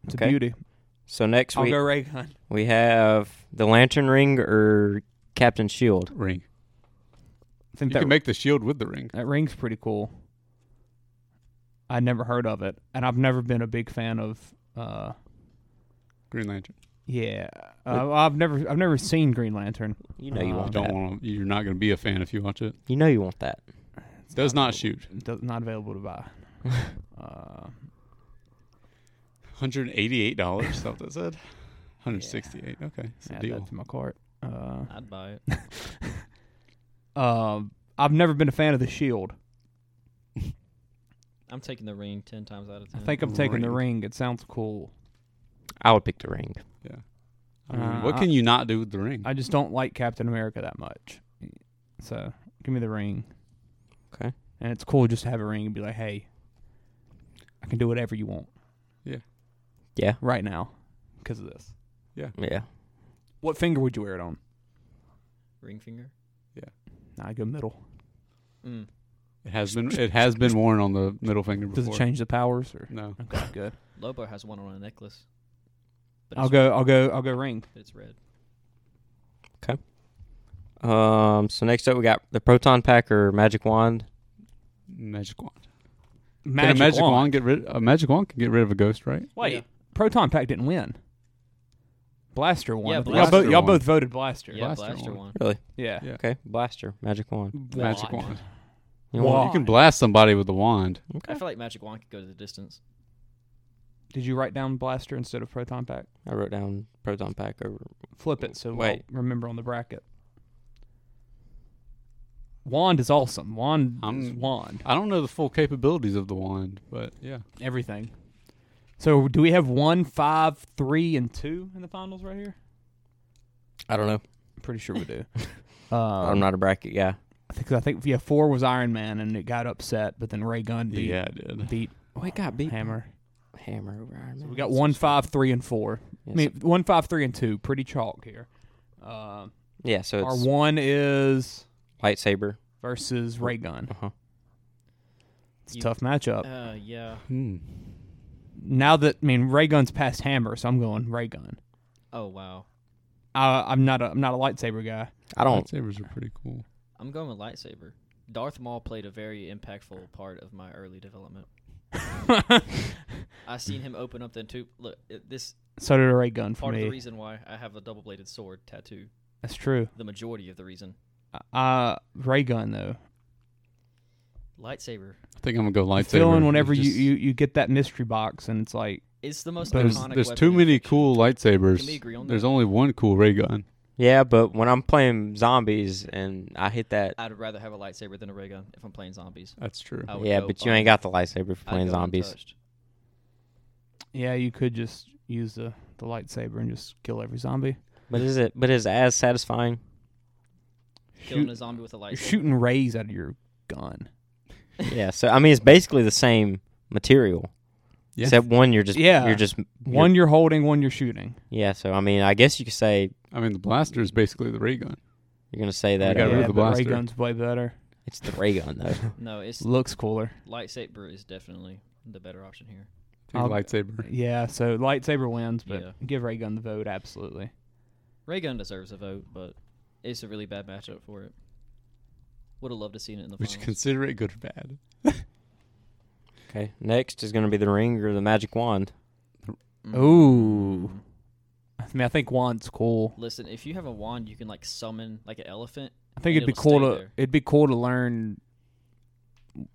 Speaker 1: it's
Speaker 3: Okay.
Speaker 1: a beauty.
Speaker 3: so next
Speaker 1: I'll
Speaker 3: week
Speaker 1: go ray gun.
Speaker 3: we have the lantern ring or Captain Shield.
Speaker 2: ring.
Speaker 1: I think
Speaker 2: You
Speaker 1: that
Speaker 2: can make the shield with the ring.
Speaker 1: That ring's pretty cool. I'd never heard of it, and I've never been a big fan of. Uh,
Speaker 2: Green Lantern.
Speaker 1: yeah, uh, I've never, I've never seen Green Lantern.
Speaker 3: You know you
Speaker 1: Uh,
Speaker 3: want
Speaker 2: Don't
Speaker 3: that.
Speaker 2: want to, you're not going to be a fan if you watch it.
Speaker 3: You know you want that.
Speaker 1: It's
Speaker 2: Does not
Speaker 1: available-
Speaker 2: shoot.
Speaker 1: does- not available to buy. uh,
Speaker 2: $188, that that said. 168 Okay. It's a
Speaker 1: add
Speaker 2: deal.
Speaker 1: that to my cart. Uh,
Speaker 4: I'd buy it.
Speaker 1: um, I've never been a fan of the Shield.
Speaker 4: I'm taking the ring ten times out of
Speaker 1: I
Speaker 4: ten.
Speaker 1: think I'm taking the ring. It sounds cool.
Speaker 3: I would pick the ring.
Speaker 2: I mean,
Speaker 1: Uh,
Speaker 2: what can you not do with the ring?
Speaker 1: I just don't like Captain America that much. So give me the ring.
Speaker 3: Okay.
Speaker 1: And it's cool just to have a ring and be like, hey, I can do whatever you want.
Speaker 2: Yeah.
Speaker 3: Yeah.
Speaker 1: Right now, because of this.
Speaker 3: Yeah.
Speaker 1: What finger would you wear it on?
Speaker 4: ring finger.
Speaker 1: Nah, I go middle.
Speaker 4: Mm.
Speaker 2: It has been it has been worn on the middle finger before.
Speaker 1: Does it change the powers or?
Speaker 2: No.
Speaker 1: Okay, good.
Speaker 4: Lobo has one on a necklace. But
Speaker 1: I'll
Speaker 4: it's-
Speaker 1: go. I'll go. I'll go ring.
Speaker 4: but It's red.
Speaker 3: Um. So next up we got the proton pack or magic wand.
Speaker 2: Magic wand.
Speaker 1: Magic,
Speaker 2: can a magic wand. get rid a magic wand can get rid of a ghost, right?
Speaker 1: Wait,
Speaker 4: Yeah.
Speaker 1: Proton Pack didn't win. Blaster won.
Speaker 4: Yeah,
Speaker 1: I think.
Speaker 4: Blaster
Speaker 1: y'all both, y'all
Speaker 2: won.
Speaker 1: both voted Blaster.
Speaker 4: Yeah,
Speaker 2: blaster
Speaker 4: blaster
Speaker 2: one.
Speaker 4: one.
Speaker 3: Really?
Speaker 1: Yeah.
Speaker 2: Yeah.
Speaker 3: Okay. Blaster. Magic wand.
Speaker 2: Magic
Speaker 1: Wand.
Speaker 2: wand.
Speaker 3: You want-
Speaker 1: Wand.
Speaker 2: You can blast somebody with a wand.
Speaker 4: I feel like Magic Wand could go to the distance.
Speaker 1: Did you write down Blaster instead of Proton Pack?
Speaker 3: I wrote down proton pack over.
Speaker 1: Flip it so
Speaker 3: Wait.
Speaker 1: I'll remember on the bracket. Wand is awesome. Wand is
Speaker 2: I'm-
Speaker 1: wand.
Speaker 2: I don't know the full capabilities of the wand, but yeah.
Speaker 1: Everything. So do we have one, five, three, and two in the finals right here?
Speaker 3: I don't know.
Speaker 1: I'm pretty sure we do. um,
Speaker 3: I'm not a bracket guy.
Speaker 1: I think, I think yeah, four was Iron Man, and it got upset, but then Ray Gunn beat
Speaker 2: Yeah, I did.
Speaker 1: beat
Speaker 3: Oh, it got beat.
Speaker 1: Hammer.
Speaker 3: Hammer over Iron Man.
Speaker 1: We got one, five, three, and four.
Speaker 3: Yeah,
Speaker 1: I mean, one, five, three, and two. Pretty chalk here. Uh,
Speaker 3: so, yeah, so
Speaker 1: our
Speaker 3: it's
Speaker 1: one is
Speaker 3: lightsaber.
Speaker 1: versus Ray Gun.
Speaker 3: Uh-huh.
Speaker 1: It's
Speaker 4: You-
Speaker 1: a tough matchup.
Speaker 4: Uh, yeah.
Speaker 2: Hmm.
Speaker 1: now that I mean, Ray Gun's past Hammer, so I'm going Ray Gun.
Speaker 4: Oh wow.
Speaker 1: I, I'm not a I'm not a lightsaber guy.
Speaker 3: I don't.
Speaker 2: Lightsabers are pretty cool.
Speaker 4: I'm going with lightsaber. Darth Maul played a very impactful part of my early development. I seen him open up the two. Look, it, this
Speaker 1: So did a Ray Gun for
Speaker 4: part of the
Speaker 1: me.
Speaker 4: reason why I have a double-bladed sword tattoo.
Speaker 1: That's true.
Speaker 4: The majority of the reason.
Speaker 1: Uh, Ray Gun though.
Speaker 4: Lightsaber.
Speaker 2: I think I'm gonna go lightsaber.
Speaker 1: Feeling whenever
Speaker 2: It's
Speaker 1: you,
Speaker 2: just-
Speaker 1: you you get that mystery box and it's like
Speaker 4: It's the most
Speaker 2: there's
Speaker 4: iconic.
Speaker 2: there's
Speaker 4: weapon
Speaker 2: too
Speaker 4: in
Speaker 2: many
Speaker 4: fiction.
Speaker 2: cool
Speaker 4: Can we
Speaker 2: lightsabers.
Speaker 4: agree on
Speaker 2: There's
Speaker 4: that?
Speaker 2: only one cool ray gun.
Speaker 3: Yeah, but when I'm playing zombies and I hit that.
Speaker 4: I'd rather have a lightsaber than a ray gun if I'm playing zombies.
Speaker 2: That's true.
Speaker 4: I would
Speaker 3: Yeah,
Speaker 4: go
Speaker 3: but you
Speaker 4: un-
Speaker 3: ain't got the lightsaber for
Speaker 4: I'd
Speaker 3: playing
Speaker 4: go
Speaker 3: zombies.
Speaker 4: untouched.
Speaker 1: yeah, you could just use the the lightsaber and just kill every zombie.
Speaker 3: But is it? But is it as satisfying?
Speaker 4: Killing a
Speaker 1: Shoot-
Speaker 4: zombie with a lightsaber.
Speaker 1: you're shooting rays out of your gun.
Speaker 3: yeah. So I mean, it's basically the same material,
Speaker 2: Yeah.
Speaker 3: except one you're just
Speaker 1: Yeah.
Speaker 3: you're just
Speaker 1: One you're holding, one you're shooting.
Speaker 3: Yeah. So I mean, I guess you could say
Speaker 2: I mean, the blaster is basically the ray gun.
Speaker 3: you're gonna say
Speaker 2: We
Speaker 3: that
Speaker 2: got
Speaker 3: uh,
Speaker 2: rid of
Speaker 1: yeah,
Speaker 2: the
Speaker 1: but
Speaker 2: blaster.
Speaker 1: Ray guns way better.
Speaker 3: it's the ray gun though.
Speaker 4: No, it's
Speaker 1: Looks cooler.
Speaker 4: lightsaber is definitely the better option here.
Speaker 2: Take
Speaker 1: I'll-
Speaker 2: lightsaber.
Speaker 1: Yeah, so lightsaber wins, but
Speaker 4: Yeah.
Speaker 1: give Ray Gun the vote absolutely.
Speaker 4: Ray gun deserves a vote, but it's a really bad matchup for it. Would have loved to seen it in the
Speaker 2: Would
Speaker 4: finals.
Speaker 2: you consider it good or bad?
Speaker 3: okay. Next is gonna be the ring or the magic wand.
Speaker 1: Ooh. I mean, I think wand's cool.
Speaker 4: Mm-hmm. Listen, if you have a wand, you can like summon like an elephant.
Speaker 1: I think
Speaker 4: And
Speaker 1: it'd be
Speaker 4: it'll
Speaker 1: cool
Speaker 4: stay
Speaker 1: to
Speaker 4: there.
Speaker 1: it'd be cool to learn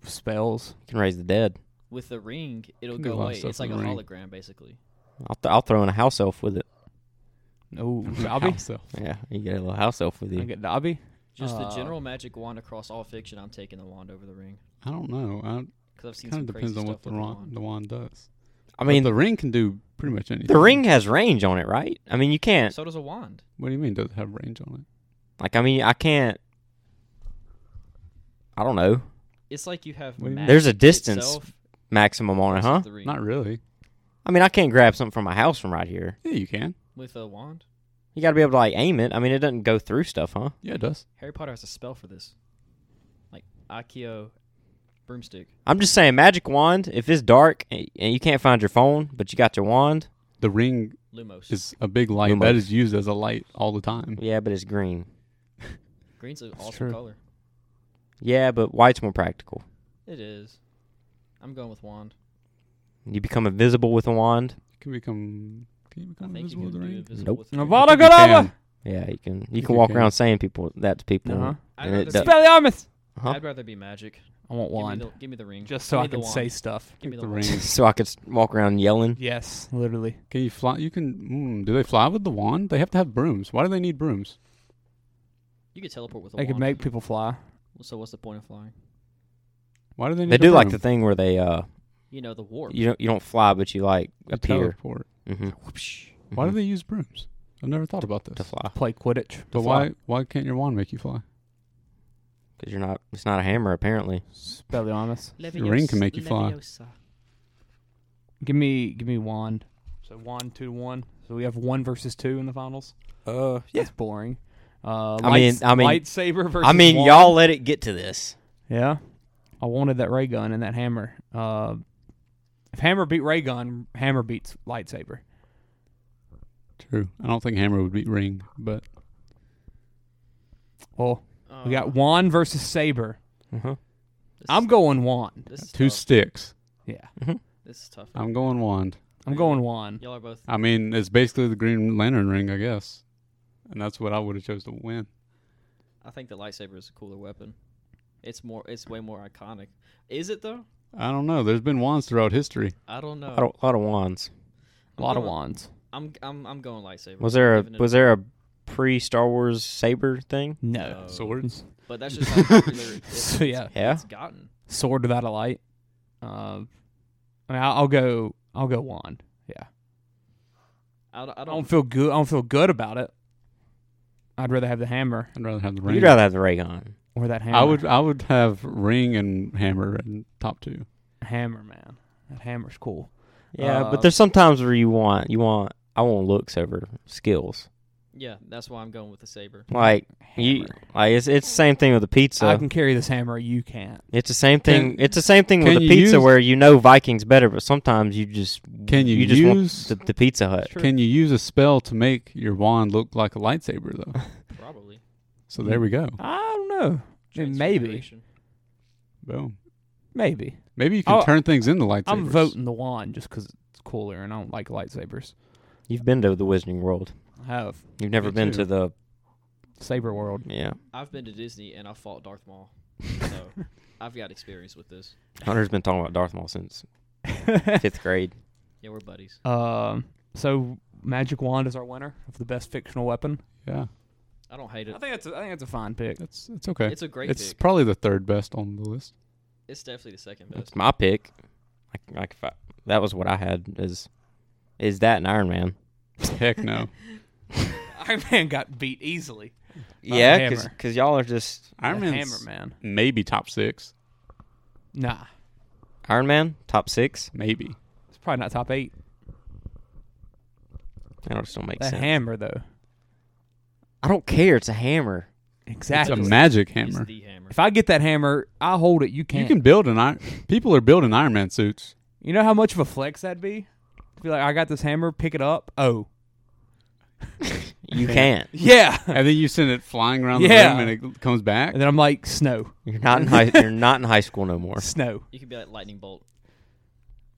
Speaker 1: spells.
Speaker 3: You can raise the dead.
Speaker 4: With the ring, it'll
Speaker 2: Can do a
Speaker 4: go
Speaker 2: lot of
Speaker 4: away.
Speaker 2: stuff
Speaker 4: It's like a
Speaker 2: with the ring.
Speaker 4: hologram, basically.
Speaker 3: I'll, th- I'll throw in a house elf with it.
Speaker 1: Oh, Dobby.
Speaker 2: So
Speaker 3: Yeah, you get a little house elf with
Speaker 1: I
Speaker 3: you.
Speaker 1: get Dobby.
Speaker 4: Just
Speaker 1: Uh,
Speaker 2: Ah.
Speaker 4: the general magic wand across all fiction. I'm taking the wand over the ring
Speaker 2: I don't know. I,
Speaker 4: because I've seen
Speaker 2: kind
Speaker 4: some
Speaker 2: of depends
Speaker 4: crazy
Speaker 2: on
Speaker 4: stuff
Speaker 2: what the
Speaker 4: with
Speaker 2: wand, the wand does.
Speaker 3: I
Speaker 2: But
Speaker 3: mean,
Speaker 2: the ring can do pretty much anything.
Speaker 3: the ring has range on it, right? I mean, you can't.
Speaker 4: So does a wand.
Speaker 2: What do you mean? Does it have range on it?
Speaker 3: Like, I mean, I can't. I don't know.
Speaker 4: It's like you have.
Speaker 2: What do you mean?
Speaker 4: magic
Speaker 3: There's a distance
Speaker 4: itself
Speaker 3: Maximum on it,
Speaker 4: versus
Speaker 3: huh?
Speaker 4: The ring
Speaker 2: Not really.
Speaker 3: I mean, I can't grab something from my house from right here.
Speaker 2: Yeah, you can.
Speaker 4: with a wand.
Speaker 3: You got to be able to like aim it. I mean, it doesn't go through stuff, huh?
Speaker 2: Yeah, it does.
Speaker 4: Harry Potter has a spell for this, like Akio broomstick.
Speaker 3: I'm just saying, magic wand. If it's dark and and you can't find your phone, but you got your wand,
Speaker 2: The ring
Speaker 4: Lumos.
Speaker 2: is a big light that
Speaker 3: Lumos.
Speaker 2: is used as a light all the time.
Speaker 3: yeah, but it's green.
Speaker 4: Green's an
Speaker 1: That's
Speaker 4: awesome
Speaker 1: true.
Speaker 4: color.
Speaker 3: Yeah, but white's more practical.
Speaker 4: It is. I'm going with wand.
Speaker 3: You become invisible with a wand.
Speaker 2: Can become can you
Speaker 4: I
Speaker 2: become
Speaker 4: think you
Speaker 2: invisible
Speaker 4: can
Speaker 2: with
Speaker 4: do
Speaker 2: the ring?
Speaker 4: invisible
Speaker 3: Nope.
Speaker 4: with the ring.
Speaker 1: Avada
Speaker 2: I think you
Speaker 1: Kedavra.
Speaker 2: can.
Speaker 3: Yeah, you can. You
Speaker 2: If
Speaker 3: can
Speaker 2: you
Speaker 3: walk
Speaker 2: can.
Speaker 3: around saying people that to people. Uh-huh.
Speaker 1: Uh-huh.
Speaker 4: I'd
Speaker 3: And it
Speaker 4: rather,
Speaker 3: does-
Speaker 4: be,
Speaker 1: Expelliarmus.
Speaker 3: Huh?
Speaker 4: I'd rather be magic.
Speaker 1: I want
Speaker 4: Give me,
Speaker 1: one,
Speaker 4: the, give me the ring.
Speaker 1: just so
Speaker 4: give
Speaker 1: I
Speaker 4: me the
Speaker 1: can say
Speaker 4: wand.
Speaker 1: stuff.
Speaker 4: Give me
Speaker 2: Like
Speaker 4: the,
Speaker 2: the
Speaker 4: wand.
Speaker 2: ring.
Speaker 3: so I could s- walk around yelling.
Speaker 1: Yes, literally.
Speaker 2: Can you fly? You can. Mm, do they fly with the wand? They have to have brooms. Why do they need brooms?
Speaker 4: You could teleport with a
Speaker 1: They
Speaker 4: wand.
Speaker 1: could make people fly.
Speaker 4: so what's the point of flying?
Speaker 2: Why do they need?
Speaker 3: They
Speaker 2: a
Speaker 3: do like the
Speaker 2: broom?
Speaker 3: thing where they uh,
Speaker 4: You know the warp.
Speaker 3: you don't you don't fly, but you like
Speaker 2: You
Speaker 3: appear.
Speaker 2: teleport.
Speaker 3: Mm-hmm.
Speaker 4: Whoopsh.
Speaker 2: Why do they use brooms? I've never thought about this.
Speaker 3: to fly?
Speaker 1: Play Quidditch.
Speaker 2: But
Speaker 3: fly.
Speaker 2: why? Why can't your wand make you fly?
Speaker 3: Because you're not. It's not a hammer, apparently.
Speaker 1: Expelliarmus.
Speaker 2: The ring can make you fly.
Speaker 1: Give me, give me wand. So one, two, one. So we have one versus two in the finals.
Speaker 3: Uh,
Speaker 1: That's boring. Uh,
Speaker 3: I mean-
Speaker 1: lights-
Speaker 3: I mean-
Speaker 1: lightsaber versus.
Speaker 3: I mean,
Speaker 1: wand.
Speaker 3: y'all let it get to this.
Speaker 1: Yeah, I wanted that ray gun and that hammer. Uh, if hammer beat ray gun, hammer beats lightsaber.
Speaker 2: True. I don't think hammer would beat ring, but
Speaker 1: Well,
Speaker 4: Uh,
Speaker 1: we got wand versus saber.
Speaker 3: Uh-huh.
Speaker 4: this
Speaker 1: I'm
Speaker 4: is-
Speaker 1: going wand.
Speaker 4: This is
Speaker 2: two
Speaker 4: tough.
Speaker 2: sticks.
Speaker 1: Yeah,
Speaker 4: This is tough.
Speaker 2: I'm going wand.
Speaker 1: I'm going wand.
Speaker 4: Y'all are both.
Speaker 2: I mean, it's basically the Green Lantern ring, I guess, and that's what I would have chose to win.
Speaker 4: I think the lightsaber is a cooler weapon. It's more. It's way more iconic. Is it though?
Speaker 2: I don't know. There's been wands throughout history.
Speaker 4: I don't know.
Speaker 3: A lot of, lot of wands.
Speaker 1: A lot of
Speaker 4: going-
Speaker 1: wands.
Speaker 4: I'm I'm I'm going lightsaber.
Speaker 3: Was there a
Speaker 4: I'm giving it
Speaker 3: was there a pre Star Wars saber thing?
Speaker 1: No.
Speaker 4: No.
Speaker 2: Swords.
Speaker 4: But that's just how popular it's,
Speaker 1: So yeah,
Speaker 3: Yeah.
Speaker 4: it's gotten.
Speaker 1: sword without a light. Uh, I mean, I'll, I'll go. I'll go wand. Yeah.
Speaker 4: I don't. I
Speaker 1: I don't
Speaker 4: don't
Speaker 1: feel good. I don't feel good about it. I'd rather have the hammer
Speaker 2: I'd rather have the ring.
Speaker 3: You'd rather have the ray gun.
Speaker 1: or that hammer.
Speaker 2: I would. I would have ring and hammer and top two.
Speaker 1: hammer, man. That hammer's cool.
Speaker 3: Yeah,
Speaker 1: Uh,
Speaker 2: Um,
Speaker 3: but there's some times where you want you want I want looks over skills.
Speaker 4: yeah, that's why I'm going with the saber.
Speaker 2: Mm-hmm.
Speaker 3: Like you
Speaker 1: Hammer.
Speaker 3: like it's it's the same thing with the pizza.
Speaker 1: I can carry this hammer. You can't.
Speaker 3: it's the same thing.
Speaker 2: Can-
Speaker 3: it's the same thing with
Speaker 2: can
Speaker 3: the
Speaker 2: you
Speaker 3: pizza
Speaker 2: use-
Speaker 3: where you know Vikings better, but sometimes you just
Speaker 2: Can you,
Speaker 3: just
Speaker 2: use?
Speaker 3: want the, the Pizza Hut.
Speaker 2: Can you use a spell to make your wand look like a lightsaber though?
Speaker 4: Probably.
Speaker 2: so there we go.
Speaker 1: I don't know. I mean, maybe.
Speaker 4: Transfiguration.
Speaker 2: Boom.
Speaker 1: Maybe.
Speaker 2: Maybe you can
Speaker 1: Oh,
Speaker 2: turn things into lightsabers.
Speaker 1: I'm voting the wand just because it's cooler and I don't like lightsabers.
Speaker 3: You've been to the Wizarding World.
Speaker 1: I have
Speaker 3: You've never
Speaker 2: Me
Speaker 3: been
Speaker 2: too.
Speaker 3: to the
Speaker 1: Saber World.
Speaker 3: yeah.
Speaker 4: I've been to Disney and I fought Darth Maul, so I've got experience with this.
Speaker 3: Hunter's been talking about Darth Maul since fifth grade.
Speaker 4: Yeah, we're buddies.
Speaker 1: um. So magic wand is our winner of the best fictional weapon.
Speaker 2: Yeah,
Speaker 4: I don't hate it.
Speaker 1: I think that's a, I think that's a fine pick.
Speaker 2: that's it's okay.
Speaker 4: It's a great
Speaker 2: it's
Speaker 4: pick.
Speaker 2: probably the third best on the list.
Speaker 4: It's definitely the second best.
Speaker 3: That's my pick. Like, like if I, that was what I had is is that an Iron Man?
Speaker 2: Heck no,
Speaker 1: Iron Man got beat easily.
Speaker 3: Yeah,
Speaker 1: hammer.
Speaker 3: because y'all are just
Speaker 2: Iron
Speaker 1: The hammer
Speaker 2: Man's
Speaker 1: man.
Speaker 2: maybe top six,
Speaker 1: Nah,
Speaker 3: Iron Man top six.
Speaker 2: maybe.
Speaker 1: it's probably not top eight.
Speaker 3: That just don't make
Speaker 1: That
Speaker 3: sense.
Speaker 1: hammer though.
Speaker 3: I don't care. It's a hammer.
Speaker 2: It's a
Speaker 1: Exactly.
Speaker 2: magic
Speaker 4: It's
Speaker 2: hammer.
Speaker 4: the hammer.
Speaker 1: if I get that hammer, I hold it. You can't.
Speaker 2: You can build an iron. People are building Iron Man suits.
Speaker 1: You know how much of a flex that'd be? Be like, I got this hammer, pick it up. Oh.
Speaker 3: You can't.
Speaker 1: Yeah. and
Speaker 2: And then you send it flying around the
Speaker 1: Yeah.
Speaker 2: room and it comes back.
Speaker 1: then I'm like, snow.
Speaker 3: You're not in high. You're not in high school no more.
Speaker 1: Snow.
Speaker 4: You could be like lightning bolt.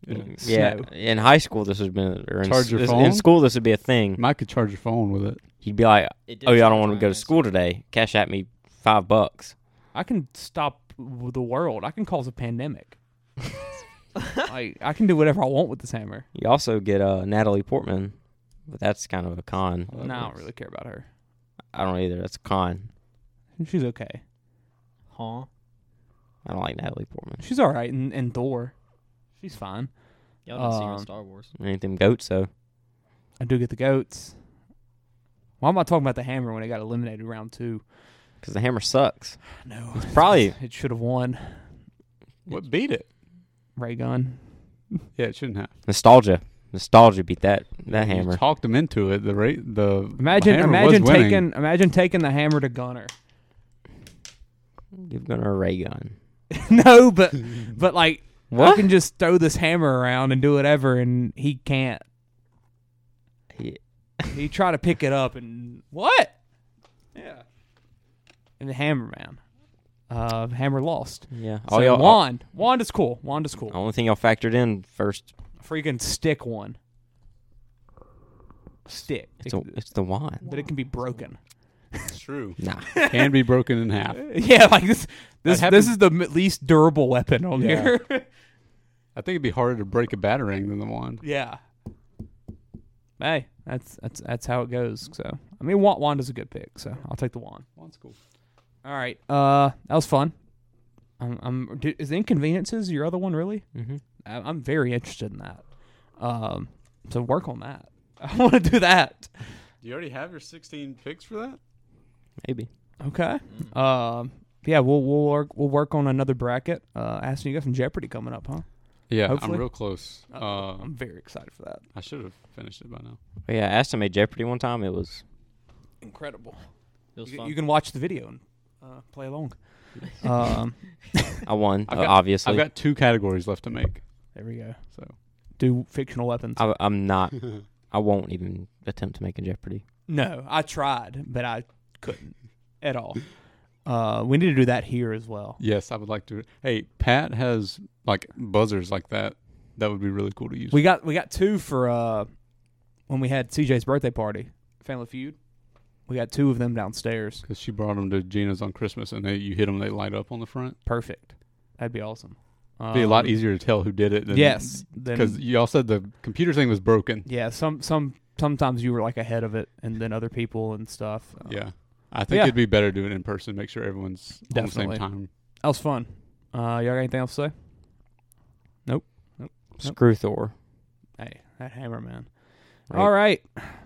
Speaker 2: Yeah.
Speaker 3: Yeah,
Speaker 1: Snow.
Speaker 3: in high school this would be or in,
Speaker 2: Charge
Speaker 3: s-
Speaker 2: your
Speaker 3: this-
Speaker 2: phone?
Speaker 3: in school this would be a thing.
Speaker 2: Mike could charge your phone with it.
Speaker 3: You'd be like,
Speaker 4: It did
Speaker 3: "Oh, y'all
Speaker 4: change
Speaker 3: don't want
Speaker 4: my
Speaker 3: to go to
Speaker 4: answer.
Speaker 3: school today. Cash at me five bucks."
Speaker 1: I can stop w- the world. I can cause a pandemic. like I can do whatever I want with this hammer.
Speaker 3: You also get uh, Natalie Portman, but that's kind of a con.
Speaker 2: How
Speaker 1: No,
Speaker 2: that
Speaker 1: I don't
Speaker 2: works.
Speaker 1: really care about her.
Speaker 3: I don't either. That's a con.
Speaker 1: She's okay.
Speaker 4: Huh?
Speaker 3: I don't like Natalie Portman.
Speaker 1: She's all right in, in Thor. She's fine.
Speaker 4: Y'all didn't see her in
Speaker 1: Um,
Speaker 4: Star Wars.
Speaker 3: Anything goats though.
Speaker 1: I do get the goats. Why am I talking about the hammer when it got eliminated round two?
Speaker 3: Because the hammer sucks.
Speaker 1: No,
Speaker 3: Probably
Speaker 1: it should have won.
Speaker 2: What beat it?
Speaker 1: Ray gun.
Speaker 2: Yeah, it shouldn't have.
Speaker 3: nostalgia. Nostalgia beat that that
Speaker 2: You
Speaker 3: hammer.
Speaker 2: talked him into it. The rate. The
Speaker 1: Imagine,
Speaker 2: hammer was
Speaker 1: imagine
Speaker 2: winning.
Speaker 1: taking, imagine taking the hammer to Gunner.
Speaker 3: Give Gunner a ray gun.
Speaker 1: no, but but like I
Speaker 3: What?
Speaker 1: can just throw this hammer around and do whatever, and he can't.
Speaker 3: He-
Speaker 1: he tried to pick it up and what? Yeah. And the hammer man, uh, hammer lost.
Speaker 3: Yeah.
Speaker 1: Oh
Speaker 3: All
Speaker 1: so
Speaker 2: uh,
Speaker 3: y'all. all-
Speaker 1: wand, wand is cool. Wand is
Speaker 2: oh.
Speaker 1: cool.
Speaker 3: only thing y'all factored in first.
Speaker 1: Freaking stick one. Stick,
Speaker 3: It's, a, it's the wand.
Speaker 1: but it can be broken.
Speaker 2: It's true.
Speaker 3: Nah.
Speaker 2: Can be broken in half.
Speaker 1: Yeah, like this. This
Speaker 2: happened-
Speaker 1: this is the m- least durable weapon on
Speaker 2: Yeah.
Speaker 1: here.
Speaker 2: I think it'd be harder to break a battering than the wand.
Speaker 1: Yeah. Hey, that's that's that's how it goes. So I mean, Wand Wand is a good pick. So I'll take the Wand.
Speaker 2: Wand's cool.
Speaker 1: All right. Uh, that was fun. I'm, I'm do, is inconveniences your other one really?
Speaker 3: mm-hmm.
Speaker 1: I- I'm very interested in that. Um, so work on that. I want to do that.
Speaker 2: Do you already have your 16 picks for that?
Speaker 3: Maybe.
Speaker 1: Okay. Um, yeah, we'll we'll work we'll work on another bracket. Uh, Aston, you got some Jeopardy coming up, huh?
Speaker 2: Yeah,
Speaker 1: Hopefully.
Speaker 2: I'm real close. Uh,
Speaker 1: I'm very excited for that.
Speaker 2: I should have finished it by now.
Speaker 3: But yeah, Aston made Jeopardy one time. It was
Speaker 1: Incredible.
Speaker 4: It was
Speaker 1: You,
Speaker 4: fun.
Speaker 1: you can watch the video and uh, play along. um,
Speaker 3: I won
Speaker 2: I've
Speaker 3: uh,
Speaker 2: got-
Speaker 3: obviously.
Speaker 2: I've got two categories left to make.
Speaker 1: there we go.
Speaker 2: So
Speaker 1: do fictional weapons.
Speaker 3: I, I'm not. I won't even attempt to make a Jeopardy.
Speaker 1: no, I tried, but I couldn't at all. Uh, we need to do that here as well.
Speaker 2: yes, I would like to. Hey, Pat has like buzzers like that. That would be really cool to use.
Speaker 1: We got we got two for uh, when we had CJ's birthday party, Family Feud. We got two of them downstairs.
Speaker 2: because she brought them to Gina's on Christmas, and they you hit them, they light up on the front.
Speaker 1: Perfect. That'd be awesome. Um,
Speaker 2: It'd be a lot easier to tell who did it. Than,
Speaker 1: Yes, then-
Speaker 2: because y'all said the computer thing was broken.
Speaker 1: Yeah. Some some sometimes you were like ahead of it, and then other people and stuff. Uh,
Speaker 2: Yeah, I think
Speaker 1: Yeah.
Speaker 2: it'd be better doing it in person. Make sure everyone's on
Speaker 1: Definitely.
Speaker 2: the same time.
Speaker 1: that was fun. Uh, y'all got anything else to say?
Speaker 3: Screw Thor.
Speaker 1: Hey, that hammer man.
Speaker 3: Right.
Speaker 1: All right,